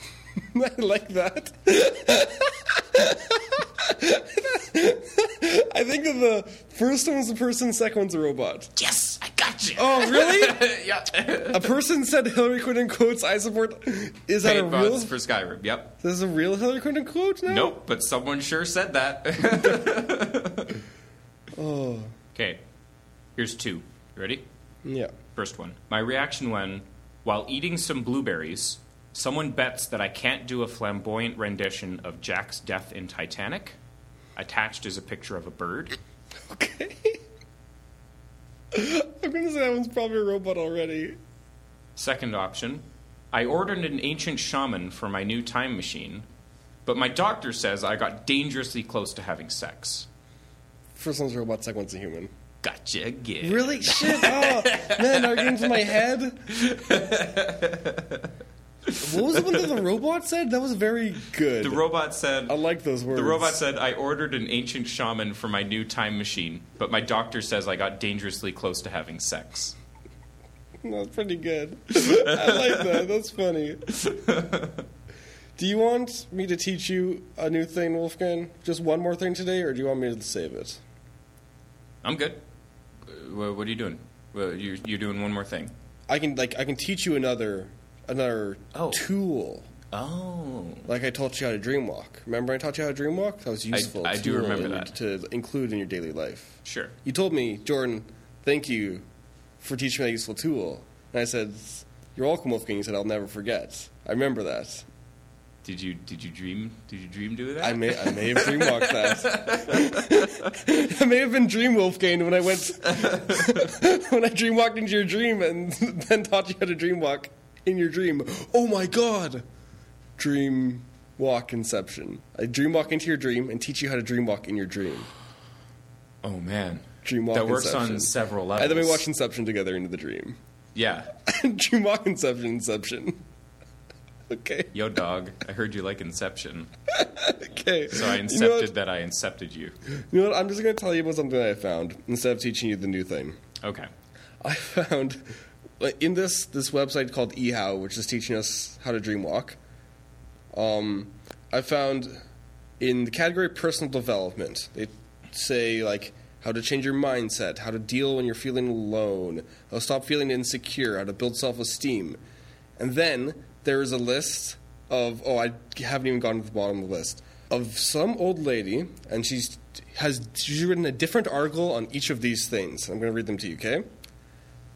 Speaker 4: I like that. I think that the first one's a person, second one's a robot.
Speaker 1: Yes, I got you.
Speaker 4: Oh, really?
Speaker 1: yeah.
Speaker 4: a person said Hillary Clinton quotes I support. Is that a
Speaker 1: Paid
Speaker 4: real?
Speaker 1: mods for Skyrim. Yep.
Speaker 4: this is a real Hillary Clinton quote now?
Speaker 1: Nope, but someone sure said that.
Speaker 4: Oh,
Speaker 1: okay. Here's two. You ready?
Speaker 4: yeah.
Speaker 1: First one. My reaction when, while eating some blueberries, someone bets that I can't do a flamboyant rendition of Jack's death in Titanic. Attached is a picture of a bird.
Speaker 4: Okay. I'm gonna say that one's probably a robot already.
Speaker 1: Second option I ordered an ancient shaman for my new time machine, but my doctor says I got dangerously close to having sex.
Speaker 4: First one's a robot, second one's a human.
Speaker 1: Gotcha again.
Speaker 4: Really? Shit! Oh man, that came to my head. What was the one that the robot said? That was very good.
Speaker 1: The robot said.
Speaker 4: I like those words.
Speaker 1: the robot said, I ordered an ancient shaman for my new time machine, but my doctor says I got dangerously close to having sex.
Speaker 4: That's pretty good. I like that. That's funny. Do you want me to teach you a new thing, Wolfgang? Just one more thing today, or do you want me to save it?
Speaker 1: I'm good. Uh, wha- What are you doing? Well, You're, you're doing one more thing.
Speaker 4: I can like I can teach you another another
Speaker 1: Oh.
Speaker 4: tool.
Speaker 1: Oh.
Speaker 4: Like I taught you how to dreamwalk. Remember I taught you how to dreamwalk? That was useful.
Speaker 1: I do
Speaker 4: tool
Speaker 1: remember
Speaker 4: in your-
Speaker 1: that.
Speaker 4: to include in your daily life.
Speaker 1: Sure.
Speaker 4: You told me, Jordan, thank you for teaching me that useful tool. And I said, "You're welcome, Wolfgang." You said, "I'll never forget." I remember that.
Speaker 1: Did you did you dream did you dream do that?
Speaker 4: I may I may have dreamwalked that. I may have been dream Wolfgang when I went when I dreamwalked into your dream and then taught you how to dreamwalk in your dream. Oh my god. Dream walk inception. I dreamwalk into your dream and teach you how to dreamwalk in your dream.
Speaker 1: oh man.
Speaker 4: Dreamwalk
Speaker 1: That works
Speaker 4: inception.
Speaker 1: on several levels.
Speaker 4: And then we watched Inception together into the dream.
Speaker 1: Yeah.
Speaker 4: dreamwalk inception inception. Okay.
Speaker 1: Yo dog, I heard you like Inception.
Speaker 4: Okay.
Speaker 1: So I
Speaker 4: You
Speaker 1: incepted
Speaker 4: know what?
Speaker 1: that I incepted you.
Speaker 4: You know what? I'm just going to tell you about something that I found instead of teaching you the new thing.
Speaker 1: Okay.
Speaker 4: I found like, in this this website called eHow, which is teaching us how to dream walk. Um, I found in the category personal development, they say like how to change your mindset, how to deal when you're feeling alone, how to stop feeling insecure, how to build self-esteem, and then there is a list of oh I haven't even gotten to the bottom of the list of some old lady, and she's has she's written a different article on each of these things. I'm going to read them to you, okay?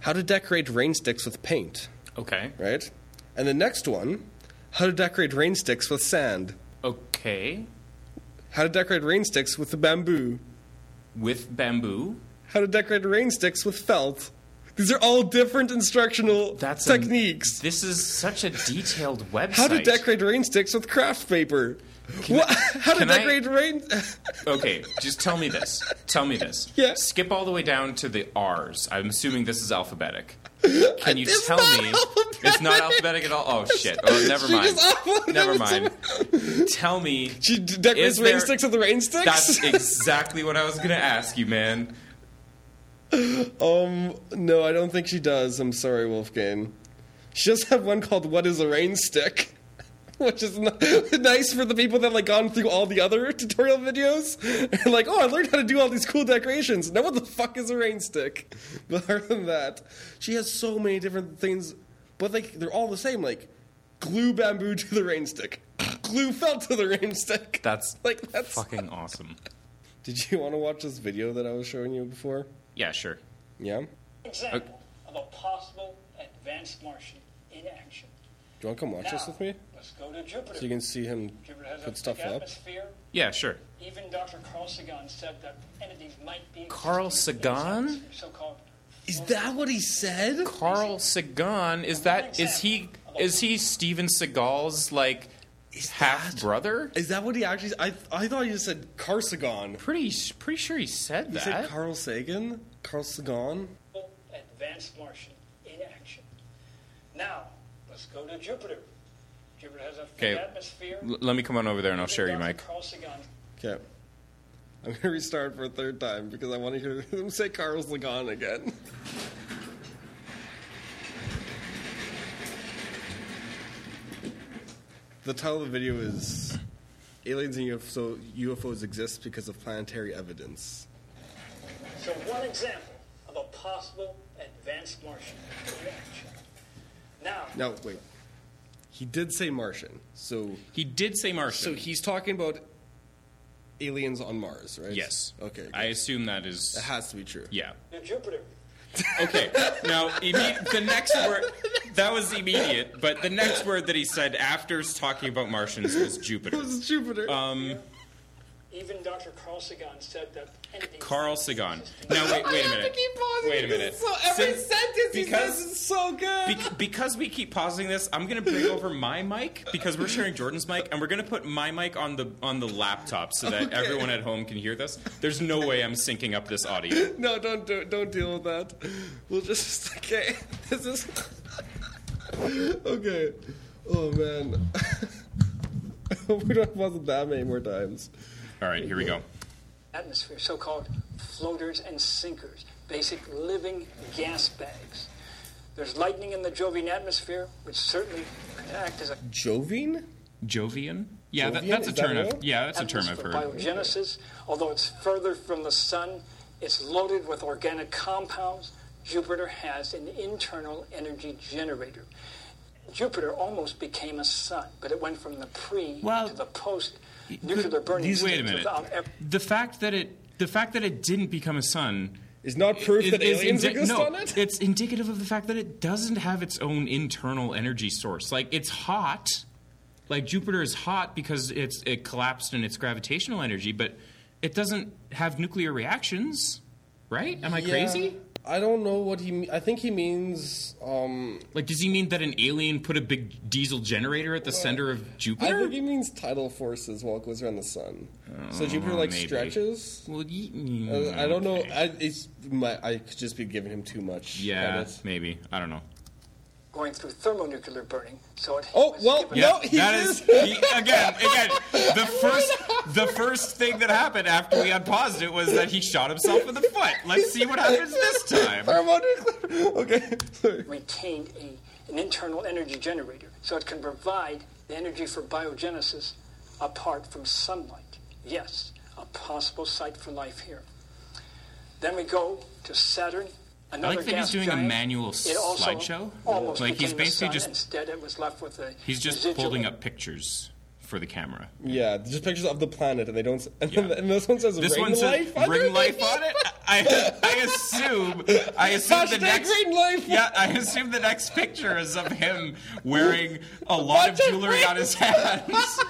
Speaker 4: How to decorate rain sticks with paint,
Speaker 1: Okay.
Speaker 4: right? And the next one, how to decorate rain sticks with sand.
Speaker 1: Okay.
Speaker 4: How to decorate rain sticks with the bamboo.
Speaker 1: with bamboo.
Speaker 4: How to decorate rain sticks with felt. These are all different instructional
Speaker 1: That's a-
Speaker 4: techniques.
Speaker 1: this is such a detailed website.
Speaker 4: how to decorate rain sticks with craft paper. What? how to
Speaker 1: can I-
Speaker 4: decorate rain?
Speaker 1: Okay, just tell me this. Tell me this.
Speaker 4: Yeah.
Speaker 1: Skip all the way down to the R's. I'm assuming this is alphabetic. Can you
Speaker 4: It's
Speaker 1: tell
Speaker 4: not
Speaker 1: me it's not alphabetic at all? Oh shit. Oh, never
Speaker 4: She
Speaker 1: mind.
Speaker 4: just uploaded
Speaker 1: Never
Speaker 4: it
Speaker 1: mind. Tell me.
Speaker 4: She d- decorates
Speaker 1: Is there-
Speaker 4: rain sticks with rain sticks.
Speaker 1: That's exactly what I was gonna ask you, man.
Speaker 4: Um, no, I don't think she does. I'm sorry, Wolfgang. She does have one called "What Is a Rain Stick," which is n- nice for the people that like gone through all the other tutorial videos. They're like, oh, I learned how to do all these cool decorations. Now, what the fuck is a rain stick? But other than that, she has so many different things, but like they're all the same. Like glue bamboo to the rain stick, glue felt to the rain stick.
Speaker 1: That's
Speaker 4: like that's.
Speaker 1: fucking awesome.
Speaker 4: Did you want to watch this video that I was showing you before?
Speaker 1: Yeah, sure.
Speaker 4: Yeah. Do
Speaker 5: example of a possible advanced Martian in action.
Speaker 4: you want to come watch this with me?
Speaker 5: Let's go to Jupiter.
Speaker 4: So you can see him
Speaker 5: Jupiter has a
Speaker 4: put stuff
Speaker 5: thick
Speaker 4: up.
Speaker 5: atmosphere.
Speaker 1: Yeah, sure.
Speaker 5: Even Dr. Carl Sagan said that entities might be.
Speaker 1: Carl
Speaker 5: existing in
Speaker 1: Sagan?
Speaker 5: this atmosphere, so-called
Speaker 4: Is that what he said?
Speaker 1: Carl Sagan is that is he is he Steven Seagal's like half brother?
Speaker 4: Is that what he actually? I I thought he just said Carsagon.
Speaker 1: Pretty s- pretty sure he said
Speaker 4: He said
Speaker 1: that.
Speaker 4: Carl Sagan. Carl Sagan.
Speaker 5: possible advanced Martian in action. Now, let's go to Jupiter. Jupiter has a thick
Speaker 1: Okay.
Speaker 5: atmosphere.
Speaker 1: L- let me come on over there and I'll share you,
Speaker 5: Dr.
Speaker 1: Mike.
Speaker 5: Carl Sagan
Speaker 4: Okay. I'm gonna restart for a third time because I want to hear him say Carl Sagan again. The title of the video is "Aliens and UFO, UFOs Exist Because of Planetary Evidence."
Speaker 5: So one example of a possible advanced Martian reaction. Now,
Speaker 4: Now wait, he did say Martian, so
Speaker 1: He did say
Speaker 4: So
Speaker 1: Martian.
Speaker 4: he's talking about aliens on Mars, right?
Speaker 1: yes.
Speaker 4: Okay.
Speaker 1: I assume that is.
Speaker 4: That has to be true.
Speaker 1: Yeah.
Speaker 5: to Jupiter.
Speaker 1: Okay. Now, imme- the next word that was immediate, but the next word that he said after talking about Martians was
Speaker 4: It
Speaker 1: Jupiter.
Speaker 4: was Jupiter.
Speaker 1: Um,
Speaker 5: Even Dr. Carl Sagan said that entities-
Speaker 1: Carl Sagan. Now, wait, wait a minute. Wait a minute. Since- because-
Speaker 4: so good.
Speaker 1: Bec- because we keep pausing this, I'm gonna bring over my mic because we're sharing Jordan's mic, and we're gonna put my mic on the on the laptop so that
Speaker 4: Okay.
Speaker 1: everyone at home can hear this. There's no way I'm syncing up this audio.
Speaker 4: no, don't do, don't deal with that. We'll just okay. This is okay. Oh man. we don't wasn't that many more times.
Speaker 1: All right, here we go.
Speaker 5: atmosphere, so-called floaters and sinkers, basic living gas bags. There's lightning in the Jovian atmosphere, which certainly could act as a
Speaker 4: Jovine?
Speaker 1: Jovian? Yeah, that,
Speaker 4: Jovian?
Speaker 1: that's a
Speaker 4: Is that
Speaker 1: term.
Speaker 4: real?
Speaker 1: I've, yeah, that's a term I've
Speaker 5: atmosphere
Speaker 1: heard.
Speaker 5: Biogenesis, although it's further from the sun, it's loaded with organic compounds. Jupiter has an internal energy generator. Jupiter almost became a sun, but it went from the pre
Speaker 1: Well,
Speaker 5: to the post nuclear burning.
Speaker 1: these- wait a
Speaker 5: stage
Speaker 1: minute.
Speaker 5: without ever-
Speaker 1: The fact that it the fact that it didn't become a sun
Speaker 4: Is not proof that
Speaker 1: is
Speaker 4: aliens
Speaker 1: indi-
Speaker 4: exist
Speaker 1: no,
Speaker 4: on it?
Speaker 1: It's indicative of the fact that it doesn't have its own internal energy source. Like it's hot. Like Jupiter is hot because it's it collapsed in its gravitational energy, but it doesn't have nuclear reactions, right? Am I crazy?
Speaker 4: I don't know what he. me- I think he means. Um,
Speaker 1: Like, does he mean that an alien put a big diesel generator at the center of
Speaker 4: I
Speaker 1: Jupiter?
Speaker 4: think he means tidal forces while it goes around the sun. so Jupiter like
Speaker 1: Mm, maybe.
Speaker 4: stretches.
Speaker 1: well, ye-
Speaker 4: Uh, I don't know.
Speaker 1: okay.
Speaker 4: I, it's my, I could just be giving him too much.
Speaker 1: yeah,
Speaker 4: credit.
Speaker 1: maybe. I don't know.
Speaker 5: going through thermonuclear burning. So it
Speaker 4: Oh
Speaker 5: was
Speaker 4: well,
Speaker 5: given
Speaker 1: Yeah,
Speaker 4: no, he
Speaker 1: that is
Speaker 4: just-
Speaker 1: he, again, again. The first, the first thing that happened after we unpaused it was that he shot himself in the foot. Let's see what happens this time.
Speaker 4: thermonuclear. Okay, sorry.
Speaker 5: retained a, an internal energy generator, so it can provide the energy for biogenesis apart from sunlight. Yes, a possible site for life here. Then we go to Saturn.
Speaker 1: I
Speaker 5: Another
Speaker 1: like that he's
Speaker 5: gas
Speaker 1: doing a
Speaker 5: giant.
Speaker 1: manual
Speaker 5: It also
Speaker 1: slideshow.
Speaker 5: almost
Speaker 1: Like he's
Speaker 5: became the
Speaker 1: basically
Speaker 5: sun.
Speaker 1: just
Speaker 5: instead it was left with a
Speaker 1: he's just
Speaker 5: residual
Speaker 1: holding up pictures for the camera.
Speaker 4: Yeah, just pictures of the planet, and they don't. s- And,
Speaker 1: Yeah.
Speaker 4: and this one says
Speaker 1: This
Speaker 4: ring
Speaker 1: one says
Speaker 4: life. I
Speaker 1: ring
Speaker 4: don't
Speaker 1: life
Speaker 4: think-
Speaker 1: on it. I, I assume I assume the
Speaker 4: Hashtag
Speaker 1: next
Speaker 4: ring life.
Speaker 1: Yeah, I assume the next picture is of him wearing a lot of
Speaker 4: Bunch of
Speaker 1: jewelry on his hands.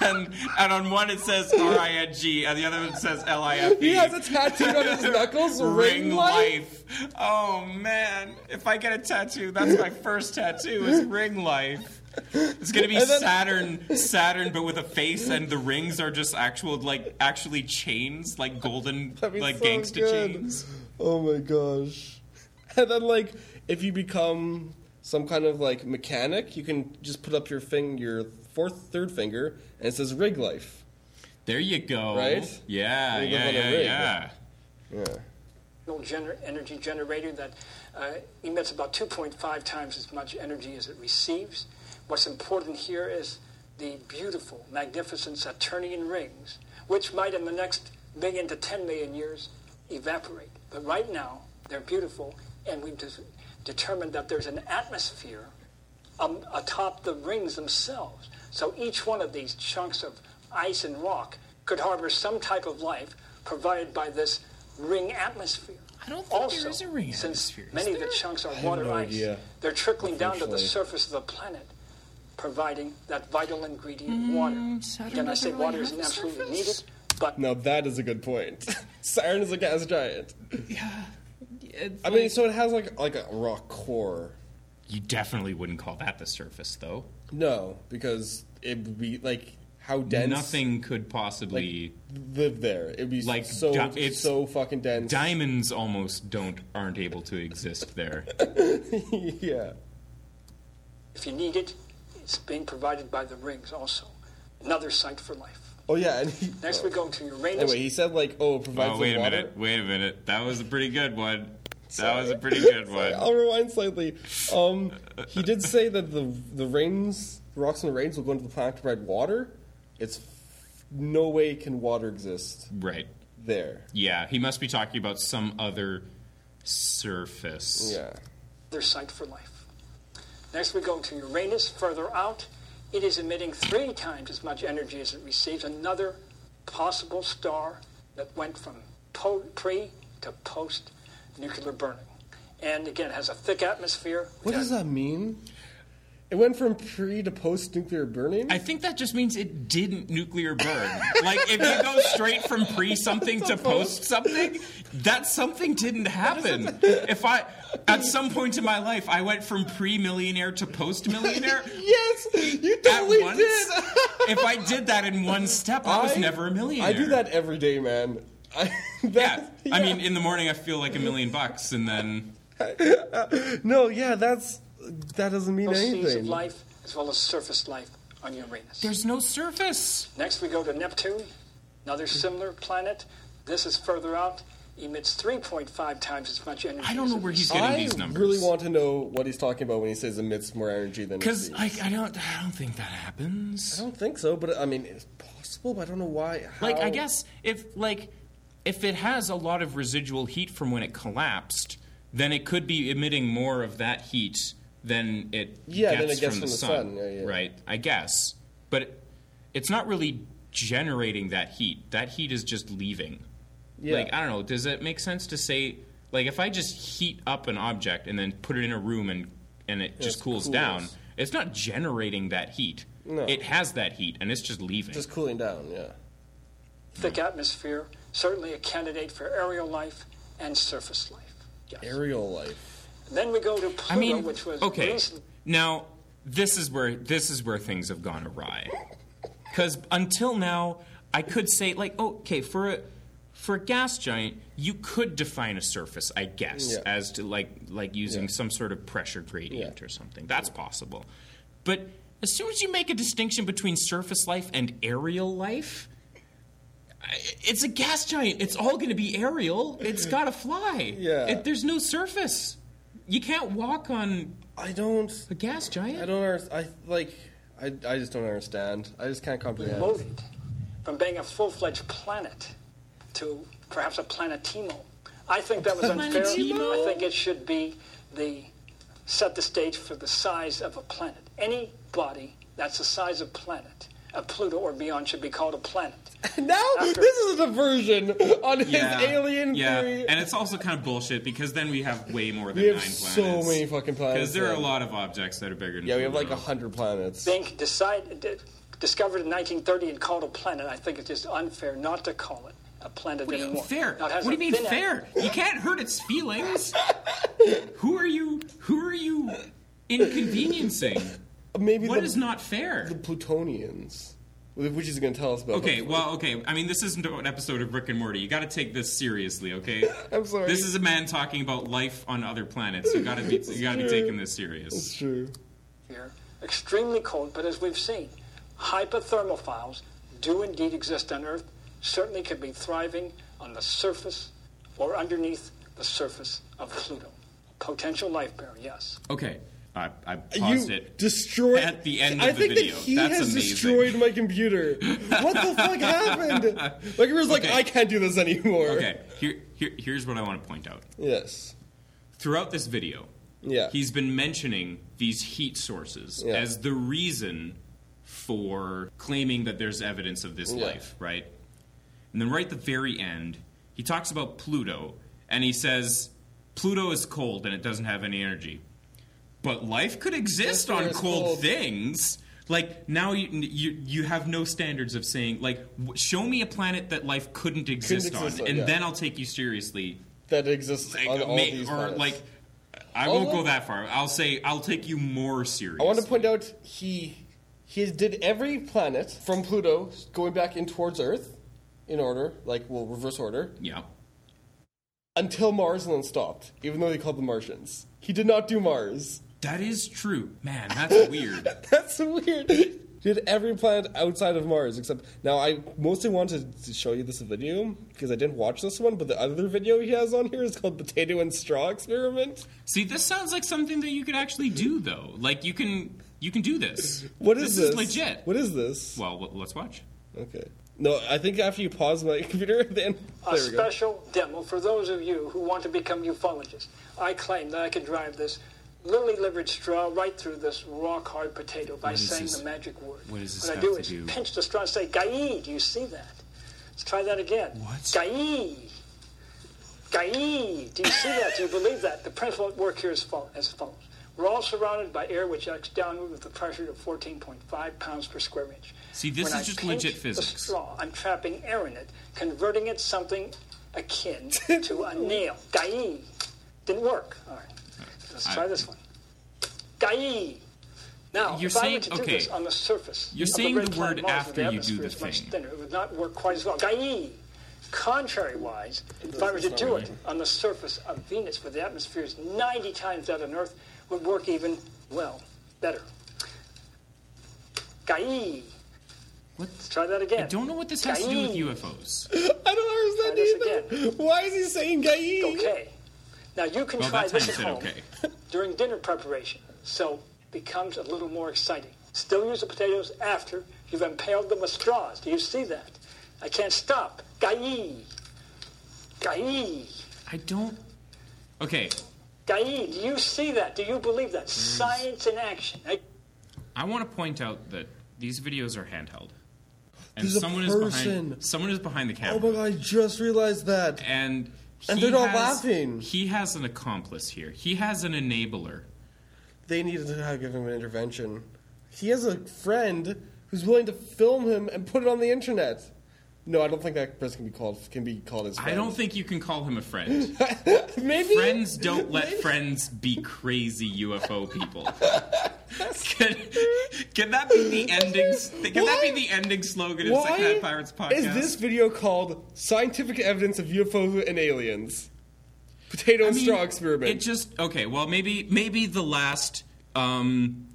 Speaker 1: and and on one it says R I N G, and the other one says L I F E.
Speaker 4: He has a tattoo on his knuckles.
Speaker 1: Ring life. Oh man, if I get a tattoo, that's my first tattoo. Is ring life. It's gonna be
Speaker 4: then-
Speaker 1: Saturn, Saturn, but with a face, and the rings are just actual, like actually chains, like golden,
Speaker 4: That'd be
Speaker 1: like
Speaker 4: so
Speaker 1: gangsta
Speaker 4: good.
Speaker 1: chains.
Speaker 4: Oh my gosh. And then like if you become some kind of like mechanic, you can just put up your fing your fourth third finger and it says rig life.
Speaker 1: There you go.
Speaker 4: Right?
Speaker 1: Yeah,
Speaker 4: You live
Speaker 1: yeah,
Speaker 4: on a
Speaker 1: yeah,
Speaker 4: rig.
Speaker 1: yeah.
Speaker 4: Yeah.
Speaker 5: Little gener- energy generator that uh, emits about 2.5 times as much energy as it receives. What's important here is the beautiful, magnificent Saturnian rings, which might in the next million to 10 million years evaporate. But right now, they're beautiful, and we've des- determined that there's an atmosphere um, atop the rings themselves. So each one of these chunks of ice and rock could harbor some type of life provided by this ring atmosphere. I
Speaker 1: don't think
Speaker 5: also,
Speaker 1: there is a ring
Speaker 5: since
Speaker 1: atmosphere. Is
Speaker 5: many of the chunks are water
Speaker 4: no
Speaker 5: ice,
Speaker 4: idea,
Speaker 5: they're trickling down to the
Speaker 4: unfortunately.
Speaker 5: surface of the planet, providing that vital
Speaker 1: Mm,
Speaker 5: ingredient, water.
Speaker 1: Saturn
Speaker 5: Again, I
Speaker 1: doesn't
Speaker 5: say
Speaker 1: really
Speaker 5: water
Speaker 1: have
Speaker 5: isn't
Speaker 1: a
Speaker 5: absolutely
Speaker 1: surface.
Speaker 5: needed, but
Speaker 4: Now that is a good point. Siren is a gas giant.
Speaker 1: Yeah. It's
Speaker 4: I mean, so it has like like a rock core.
Speaker 1: you definitely wouldn't call that the surface, though.
Speaker 4: No, because it would be like how dense
Speaker 1: Nothing could possibly.
Speaker 4: live there. It'd be
Speaker 1: Like,
Speaker 4: like so
Speaker 1: di- it's-
Speaker 4: so fucking dense.
Speaker 1: diamonds almost don't aren't able to exist there.
Speaker 4: yeah.
Speaker 5: if you need it, it's being provided by the rings also. Another site for life.
Speaker 4: Oh yeah. And he,
Speaker 5: Next, we go to Uranus.
Speaker 4: anyway, he said like, oh, it provides.
Speaker 1: oh
Speaker 4: the
Speaker 1: wait a
Speaker 4: water.
Speaker 1: minute! Wait a minute! That was a pretty good one. That was a pretty good
Speaker 4: Sorry,
Speaker 1: one.
Speaker 4: I'll rewind slightly. Um, he did say that the the rains, the rocks and the rains will go into the planet to provide water. It's no way can water exist
Speaker 1: Right?
Speaker 4: there.
Speaker 1: Yeah, he must be talking about some other surface.
Speaker 4: Yeah.
Speaker 5: their site for life. Next, we go to Uranus, further out. It is emitting three times as much energy as it receives. Another possible star that went from po- pre to post nuclear burning. And again, has a thick atmosphere.
Speaker 4: What does that mean? It went from pre to post nuclear burning.
Speaker 1: I think that just means it didn't nuclear burn. like if you go straight from pre something to post something, that something didn't happen. If I at some point in my life I went from pre millionaire to post millionaire,
Speaker 4: yes, you
Speaker 1: at
Speaker 4: totally
Speaker 1: once.
Speaker 4: did.
Speaker 1: if I did that in one step, I, was never a millionaire.
Speaker 4: I do that every day, man. I,
Speaker 1: Yeah.
Speaker 4: that,
Speaker 1: I mean, in the morning I feel like a million bucks, and then
Speaker 4: no, yeah, that's that doesn't mean
Speaker 5: Seas of
Speaker 4: anything.
Speaker 5: life, as well as surface life on Uranus.
Speaker 1: there's no surface.
Speaker 5: Next, we go to Neptune, another similar planet. This is further out, emits 3.5 times as much energy.
Speaker 1: I don't
Speaker 5: as
Speaker 1: know
Speaker 5: it
Speaker 1: where he's
Speaker 5: receives.
Speaker 1: getting
Speaker 4: I
Speaker 1: these numbers.
Speaker 4: really want to know what he's talking about when he says emits more energy than. it
Speaker 1: because
Speaker 4: sees.
Speaker 1: I, I don't I don't think that happens.
Speaker 4: I don't think so, but I mean, it's possible. But I don't know why.
Speaker 1: Like I
Speaker 4: how-
Speaker 1: guess if like if it has a lot of residual heat from when it collapsed, then it could be emitting more of that heat than it
Speaker 4: Yeah,
Speaker 1: gets,
Speaker 4: than it gets
Speaker 1: from,
Speaker 4: from
Speaker 1: the
Speaker 4: the
Speaker 1: sun.
Speaker 4: sun, yeah, yeah.
Speaker 1: Right, I guess. But it, it's not really generating that heat. That heat is just leaving.
Speaker 4: Yeah.
Speaker 1: Like I don't know, does it make sense to say like if I just heat up an object and then put it in a room and and it just
Speaker 4: Just
Speaker 1: cools,
Speaker 4: cools.
Speaker 1: down, it's not generating that heat.
Speaker 4: No.
Speaker 1: It has that heat and it's just leaving.
Speaker 4: just cooling down. Yeah.
Speaker 5: thick atmosphere, certainly a candidate for aerial life and surface life. Yes.
Speaker 4: Aerial life.
Speaker 5: Then we go to Pluto,
Speaker 1: I mean,
Speaker 5: which was
Speaker 1: okay.
Speaker 5: recent-
Speaker 1: Now this is where this is where things have gone awry. Because until now, I could say like, oh, okay, for a for a gas giant, you could define a surface, I guess,
Speaker 4: Yeah.
Speaker 1: as to like like using
Speaker 4: Yeah.
Speaker 1: some sort of pressure gradient
Speaker 4: Yeah.
Speaker 1: or something. That's possible. But as soon as you make a distinction between surface life and aerial life. I- It's a gas giant. It's all going to be aerial. It's got to fly.
Speaker 4: Yeah.
Speaker 1: It- there's no surface. You can't walk on
Speaker 4: I don't.
Speaker 1: a gas giant.
Speaker 4: I don't. under- I like. I, I just don't understand. I just can't comprehend.
Speaker 5: moved from being a full-fledged planet to perhaps a planetimo. I think that was unfair.
Speaker 1: Planetimo?
Speaker 5: I think it should be the set the stage for the size of a planet. Any body that's the size of planet, of Pluto or beyond, should be called a planet.
Speaker 4: Now
Speaker 5: After-
Speaker 4: this is a diversion on his alien
Speaker 1: yeah.
Speaker 4: theory.
Speaker 1: and it's also kind of bullshit because then we have way more than
Speaker 4: we have
Speaker 1: nine planets.
Speaker 4: so many fucking planets.
Speaker 1: Because there are a
Speaker 4: then.
Speaker 1: lot of objects that are bigger. than
Speaker 4: Yeah, we have like
Speaker 1: Pluto.
Speaker 4: hundred planets.
Speaker 5: Think, decide, d- discovered in 1930 and called a planet, I think it's just unfair not to call it a planet
Speaker 1: What do you mean
Speaker 5: anymore.
Speaker 1: fair?
Speaker 5: Now,
Speaker 1: What
Speaker 5: it
Speaker 1: do you
Speaker 5: hasn't
Speaker 1: mean
Speaker 5: been at-
Speaker 1: fair? You can't hurt its feelings. who are you? Who are you inconveniencing?
Speaker 4: Maybe
Speaker 1: What
Speaker 4: the,
Speaker 1: is not fair?
Speaker 4: the Plutonians, which is going to tell us about.
Speaker 1: Okay, well, okay. I mean, this isn't an episode of Rick and Morty. You got to take this seriously, okay?
Speaker 4: I'm sorry.
Speaker 1: This is a man talking about life on other planets. You got to be you got to be taking this serious.
Speaker 4: It's true.
Speaker 5: here, extremely cold, but as we've seen, hypothermophiles do indeed exist on Earth, certainly could be thriving on the surface or underneath the surface of Pluto. Potential life bearer, yes.
Speaker 1: Okay. I, I paused
Speaker 4: you
Speaker 1: it.
Speaker 4: destroyed
Speaker 1: at the end
Speaker 4: I
Speaker 1: of the
Speaker 4: think
Speaker 1: video.
Speaker 4: That he
Speaker 1: That's
Speaker 4: has
Speaker 1: amazing.
Speaker 4: destroyed my computer. What the fuck happened? My computer's like,
Speaker 1: Okay.
Speaker 4: I can't do this anymore.
Speaker 1: Okay. Here, here here's what I want to point out.
Speaker 4: Yes.
Speaker 1: Throughout this video,
Speaker 4: Yeah.
Speaker 1: he's been mentioning these heat sources
Speaker 4: Yeah.
Speaker 1: as the reason for claiming that there's evidence of this
Speaker 4: Yeah.
Speaker 1: life, right? And then right at the very end, he talks about Pluto and he says Pluto is cold and it doesn't have any energy. But life could exist
Speaker 4: Yes,
Speaker 1: on
Speaker 4: it is
Speaker 1: cold,
Speaker 4: cold.
Speaker 1: things. Like now you, you you have no standards of saying like w- show me a planet that life couldn't exist, on,
Speaker 4: exist on,
Speaker 1: and
Speaker 4: yeah.
Speaker 1: then I'll take you seriously
Speaker 4: That exists
Speaker 1: like,
Speaker 4: on all
Speaker 1: may-
Speaker 4: these
Speaker 1: or
Speaker 4: planets.
Speaker 1: like I
Speaker 4: Although-
Speaker 1: won't go that far. I'll say I'll take you more serious.
Speaker 4: I want to point out he he did every planet from Pluto going back in towards Earth in order, like well reverse order,
Speaker 1: Yeah.
Speaker 4: until Mars and then stopped. Even though they called them Martians, he did not do Mars.
Speaker 1: That is true. Man, that's weird.
Speaker 4: That's weird. He Did every planet outside of Mars except now? I mostly wanted to show you this video because I didn't watch this one, but the other video he has on here is called "Potato and Straw Experiment."
Speaker 1: See, this sounds like something that you could actually do though. Like you can you can do this.
Speaker 4: What
Speaker 1: this?
Speaker 4: is this?
Speaker 1: is legit.
Speaker 4: What is this?
Speaker 1: well, w- let's watch.
Speaker 4: Okay. No, I think after you pause my computer, then
Speaker 5: a
Speaker 4: there we go.
Speaker 5: Oh, special demo for those of you who want to become ufologists. I claim that I could drive this lily livered straw right through this rock hard potato by
Speaker 1: does
Speaker 5: saying
Speaker 1: this-
Speaker 5: the magic word.
Speaker 1: what does this
Speaker 5: what I
Speaker 1: have
Speaker 5: do
Speaker 1: to
Speaker 5: is
Speaker 1: do?
Speaker 5: pinch the straw and say, Gai, do you see that? Let's try that again.
Speaker 1: What?
Speaker 5: Gai. Gai, do you see that? Do you believe that? The principle at work here is fol- as follows. We're all surrounded by air which acts downward with a pressure of 14.5 pounds per square inch.
Speaker 1: See, this
Speaker 5: When
Speaker 1: is
Speaker 5: I
Speaker 1: just
Speaker 5: pinch
Speaker 1: legit
Speaker 5: the
Speaker 1: physics.
Speaker 5: straw, I'm trapping air in it, converting it something akin to a nail. Gai. Didn't work. All right. Let's try
Speaker 1: I-
Speaker 5: this one. Gai. Now,
Speaker 1: You're
Speaker 5: if I
Speaker 1: saying-
Speaker 5: were to do
Speaker 1: okay.
Speaker 5: this on the surface,
Speaker 1: You're
Speaker 5: of
Speaker 1: saying
Speaker 5: red
Speaker 1: the
Speaker 5: planet
Speaker 1: word
Speaker 5: Mars,
Speaker 1: after
Speaker 5: where
Speaker 1: you do
Speaker 5: atmosphere
Speaker 1: the
Speaker 5: is much
Speaker 1: thing.
Speaker 5: Thinner. It would not work quite as well. Gai. Contrary wise, if I were to do it on the surface of Venus, where the atmosphere is 90 times that on Earth, would work even, well, better. Gai.
Speaker 1: What?
Speaker 5: Let's try that again.
Speaker 1: I don't know what this has to do with
Speaker 5: Gai.
Speaker 1: UFOs.
Speaker 4: I don't
Speaker 5: Try this
Speaker 4: understand either. Why is he saying "gai"?
Speaker 5: Okay. Now you can
Speaker 1: Well,
Speaker 5: try
Speaker 1: Oh, that time
Speaker 5: this
Speaker 1: you
Speaker 5: at
Speaker 1: said
Speaker 5: home
Speaker 1: okay.
Speaker 5: during dinner preparation, so it becomes a little more exciting. Still use the potatoes after you've impaled them with straws. Do you see that? I can't stop. Gai. Gai.
Speaker 1: I don't. Okay,
Speaker 5: Gai. Do you see that? Do you believe that? Science in action. I-
Speaker 1: I want to point out that these videos are handheld, and
Speaker 4: There's a
Speaker 1: someone is
Speaker 4: person.
Speaker 1: behind. Someone is behind the camera.
Speaker 4: Oh my god! I just realized that.
Speaker 1: and he
Speaker 4: And they're not
Speaker 1: has-
Speaker 4: laughing.
Speaker 1: He has an accomplice here. He has an enabler.
Speaker 4: they needed to have- give him an intervention. He has a friend who's willing to film him and put it on the internet. No, I don't think that person can be called can be called his friend.
Speaker 1: I don't think you can call him a friend.
Speaker 4: maybe
Speaker 1: Friends don't let friends be crazy UFO people. Can, can that be the ending? s- Can that be
Speaker 4: Why?
Speaker 1: the ending slogan of
Speaker 4: Why
Speaker 1: Secondhand Pirates podcast?
Speaker 4: is this video called "Scientific Evidence of UFO and Aliens"? Potato
Speaker 1: I
Speaker 4: and
Speaker 1: mean,
Speaker 4: straw experiment.
Speaker 1: It just okay. Well, maybe maybe the last um,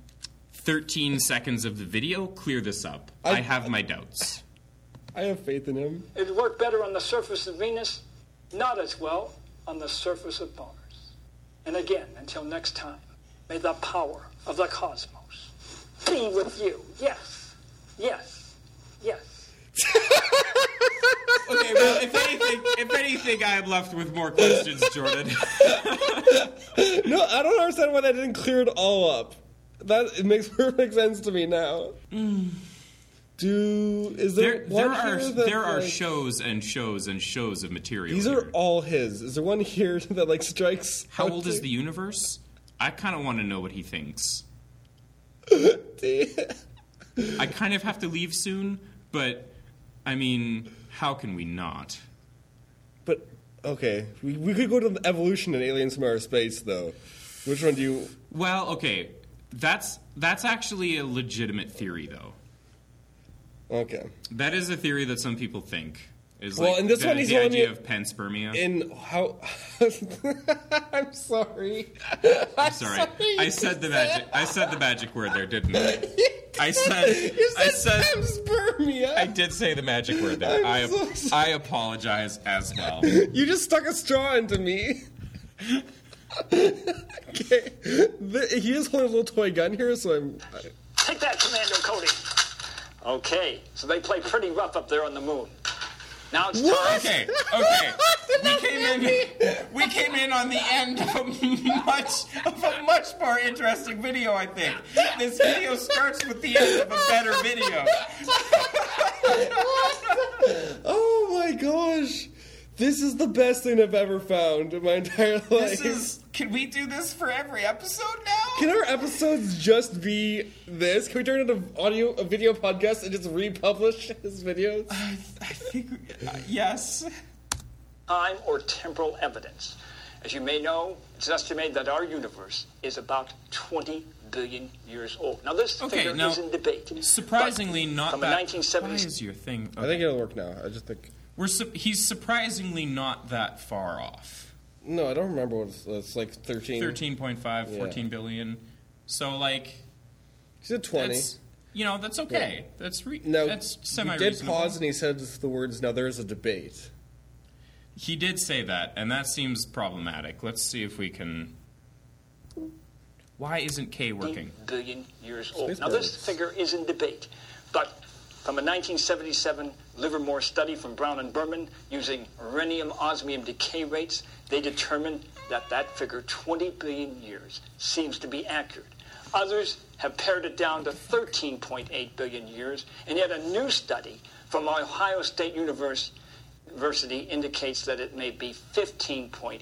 Speaker 1: thirteen seconds of the video clear this up.
Speaker 4: I-
Speaker 1: I have my doubts.
Speaker 4: I have faith in him.
Speaker 5: It would work better on the surface of Venus, not as well on the surface of Mars. And again, until next time, may the power of the cosmos be with you. Yes, yes, yes.
Speaker 1: Okay, well, if anything, if anything, I am left with more questions, Jordan.
Speaker 4: No, I don't understand why that didn't clear it all up. That it makes perfect sense to me now. Do is there
Speaker 1: Mm. There, there
Speaker 4: one
Speaker 1: are
Speaker 4: here that,
Speaker 1: there are
Speaker 4: like-
Speaker 1: shows and shows and shows of material.
Speaker 4: These are
Speaker 1: here.
Speaker 4: all his. Is there one here that like strikes?
Speaker 1: How old is the universe? I kind of want to know what he thinks. I kind of have to leave soon, but I mean, how can we not?
Speaker 4: But okay, we, we could go to the evolution and aliens from outer space though. Which one do you?
Speaker 1: Well, okay, that's that's actually a legitimate theory, though.
Speaker 4: Okay.
Speaker 1: That is a theory that some people think is
Speaker 4: Well,
Speaker 1: like
Speaker 4: and this
Speaker 1: the,
Speaker 4: one he's
Speaker 1: the
Speaker 4: only-
Speaker 1: idea of panspermia.
Speaker 4: And how? I'm sorry.
Speaker 1: I'm sorry, I said the magic. I said the magic word there, didn't I? I said.
Speaker 4: You
Speaker 1: I said.
Speaker 4: panspermia.
Speaker 1: I did say the magic word there. I,
Speaker 4: I'm so
Speaker 1: I apologize as well.
Speaker 4: You just stuck a straw into me. okay. The, he is holding a little toy gun here, so I'm.
Speaker 5: Take that, Commando Cody. Okay, so they play pretty rough up there on the moon. Now it's time.
Speaker 1: Okay, okay. We came in. We came in on the end of a much of a much more interesting video. I think this video starts with the end of a better video.
Speaker 4: Oh my gosh. This is the best thing I've ever found in my entire life.
Speaker 1: This is. Can we do this for every episode now?
Speaker 4: Can our episodes just be this? Can we turn it into audio, a video podcast, and just republish his videos?
Speaker 1: I, I think. Uh, yes.
Speaker 5: time or temporal evidence. As you may know, it's estimated that our universe is about 20 billion years old. Now, this
Speaker 1: Okay,
Speaker 5: figure
Speaker 1: now,
Speaker 5: is in debate.
Speaker 1: Surprisingly,
Speaker 5: but
Speaker 1: not
Speaker 5: from
Speaker 1: that.
Speaker 5: a 1970s
Speaker 1: Why is your thing?
Speaker 4: I think it'll work now. I just think.
Speaker 1: We're su- he's surprisingly not that far off.
Speaker 4: No, I don't remember what it's, it's like 13.
Speaker 1: 13.5, 14 billion. So like
Speaker 4: He said 20.
Speaker 1: that's you know, that's okay. That's re-
Speaker 4: no,
Speaker 1: that's
Speaker 4: he
Speaker 1: semi
Speaker 4: did pause
Speaker 1: reasonable.
Speaker 4: and he said the words, now there's a debate.
Speaker 1: He did say that and that seems problematic. Let's see if we can Why isn't K working?
Speaker 5: billion years old.
Speaker 4: Space
Speaker 5: Now, this
Speaker 4: pirates.
Speaker 5: figure is in debate, but from a 1977 Livermore study from Brown and Berman using rhenium osmium decay rates, they determined that that figure, 20 billion years, seems to be accurate. Others have pared it down to 13.8 billion years, and yet a new study from Ohio State University University indicates that it may be 15.8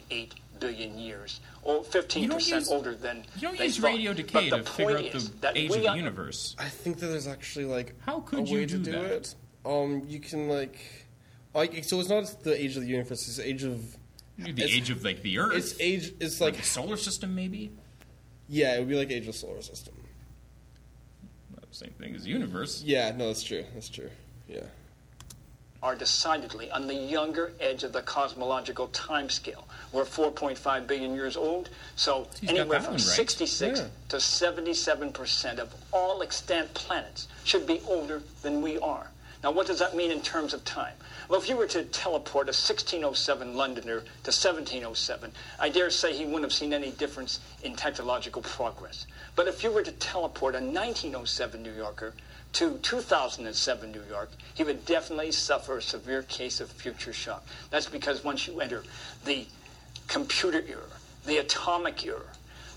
Speaker 5: billion years, or 15%
Speaker 1: use-
Speaker 5: older than
Speaker 1: You don't
Speaker 5: they
Speaker 1: use
Speaker 5: thought.
Speaker 1: radio decay
Speaker 5: but
Speaker 1: to
Speaker 5: the
Speaker 1: figure
Speaker 5: point
Speaker 1: out
Speaker 5: is
Speaker 1: the
Speaker 5: that
Speaker 1: age
Speaker 5: we
Speaker 1: of the
Speaker 5: are-
Speaker 1: universe.
Speaker 4: I think that there's actually like
Speaker 1: How could
Speaker 4: a
Speaker 1: you
Speaker 4: way
Speaker 1: do
Speaker 4: to do
Speaker 1: that?
Speaker 4: it. Um, you can like, like so it's not the age of the universe. It's the age of
Speaker 1: The
Speaker 4: It's-
Speaker 1: age of like the Earth,
Speaker 4: it's age. It's
Speaker 1: like
Speaker 4: like
Speaker 1: the solar system, maybe.
Speaker 4: yeah, it would be like age of solar system.
Speaker 1: Not the same thing as universe.
Speaker 4: Yeah, no, that's true. That's true. Yeah.
Speaker 5: are decidedly on the younger edge of the cosmological timescale. We're 4.5 billion years old, so
Speaker 1: he's got
Speaker 5: anywhere
Speaker 1: that
Speaker 5: from
Speaker 1: one right.
Speaker 5: 66
Speaker 4: Yeah.
Speaker 5: to 77% of all extant planets should be older than we are. Now, what does that mean in terms of time? Well, if you were to teleport a 1607 Londoner to 1707, I dare say he wouldn't have seen any difference in technological progress. But if you were to teleport a 1907 New Yorker to 2007 New York, he would definitely suffer a severe case of future shock. That's because once you enter the computer era, the atomic era,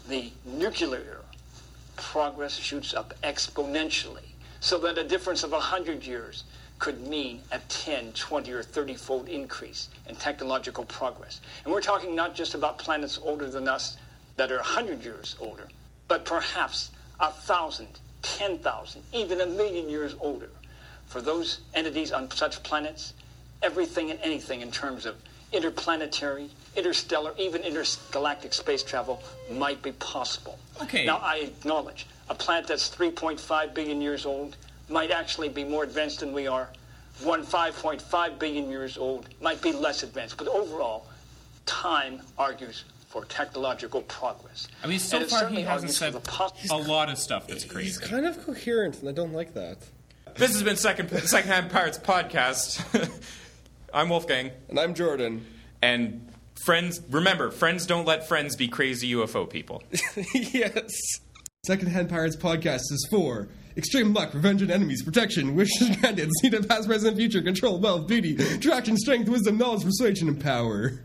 Speaker 5: the nuclear era, progress shoots up exponentially so that a difference of 100 years could mean a 10, 20, or 30 fold increase in technological progress. And we're talking not just about planets older than us that are 100 years older, but perhaps a thousand, ten thousand, even a million years older. For those entities on such planets, everything and anything in terms of interplanetary, interstellar, even intergalactic space travel might be possible.
Speaker 1: Okay.
Speaker 5: Now, I acknowledge a planet that's 3.5 billion years old might actually be more advanced than we are. One 5.5 billion years old might be less advanced. But overall, time argues for technological progress.
Speaker 1: I mean, so
Speaker 5: And it
Speaker 1: far he
Speaker 5: certainly
Speaker 1: hasn't
Speaker 5: argues for
Speaker 1: said
Speaker 5: the pos-
Speaker 1: a lot of stuff that's
Speaker 4: He's
Speaker 1: crazy.
Speaker 4: kind of coherent, and I don't like that.
Speaker 6: This has been Second Secondhand Pirates podcast. I'm Wolfgang,
Speaker 4: And I'm Jordan.
Speaker 6: and friends. Remember, friends don't let friends be crazy UFO people.
Speaker 4: yes.
Speaker 7: Secondhand Pirates podcast is for extreme luck, revenge on enemies, protection, wishes granted, seed of past, present, future, control, wealth, beauty, attraction, strength, wisdom, knowledge, persuasion, and power.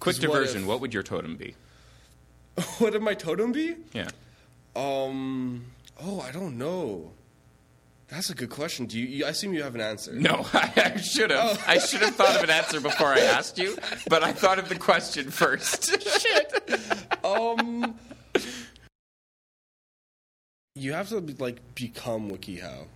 Speaker 6: Quick
Speaker 4: Just what
Speaker 6: diversion.
Speaker 4: if-
Speaker 6: What, would your totem be?
Speaker 4: What would my totem be?
Speaker 6: Yeah.
Speaker 4: Um. Oh, I don't know. That's a good question. Do you, you? I assume you have an answer.
Speaker 1: No, I, I should
Speaker 6: Oh.
Speaker 1: have. I should have thought of an answer before I asked you, but I thought of the question first. Shit.
Speaker 4: Um, you have to like become WikiHow.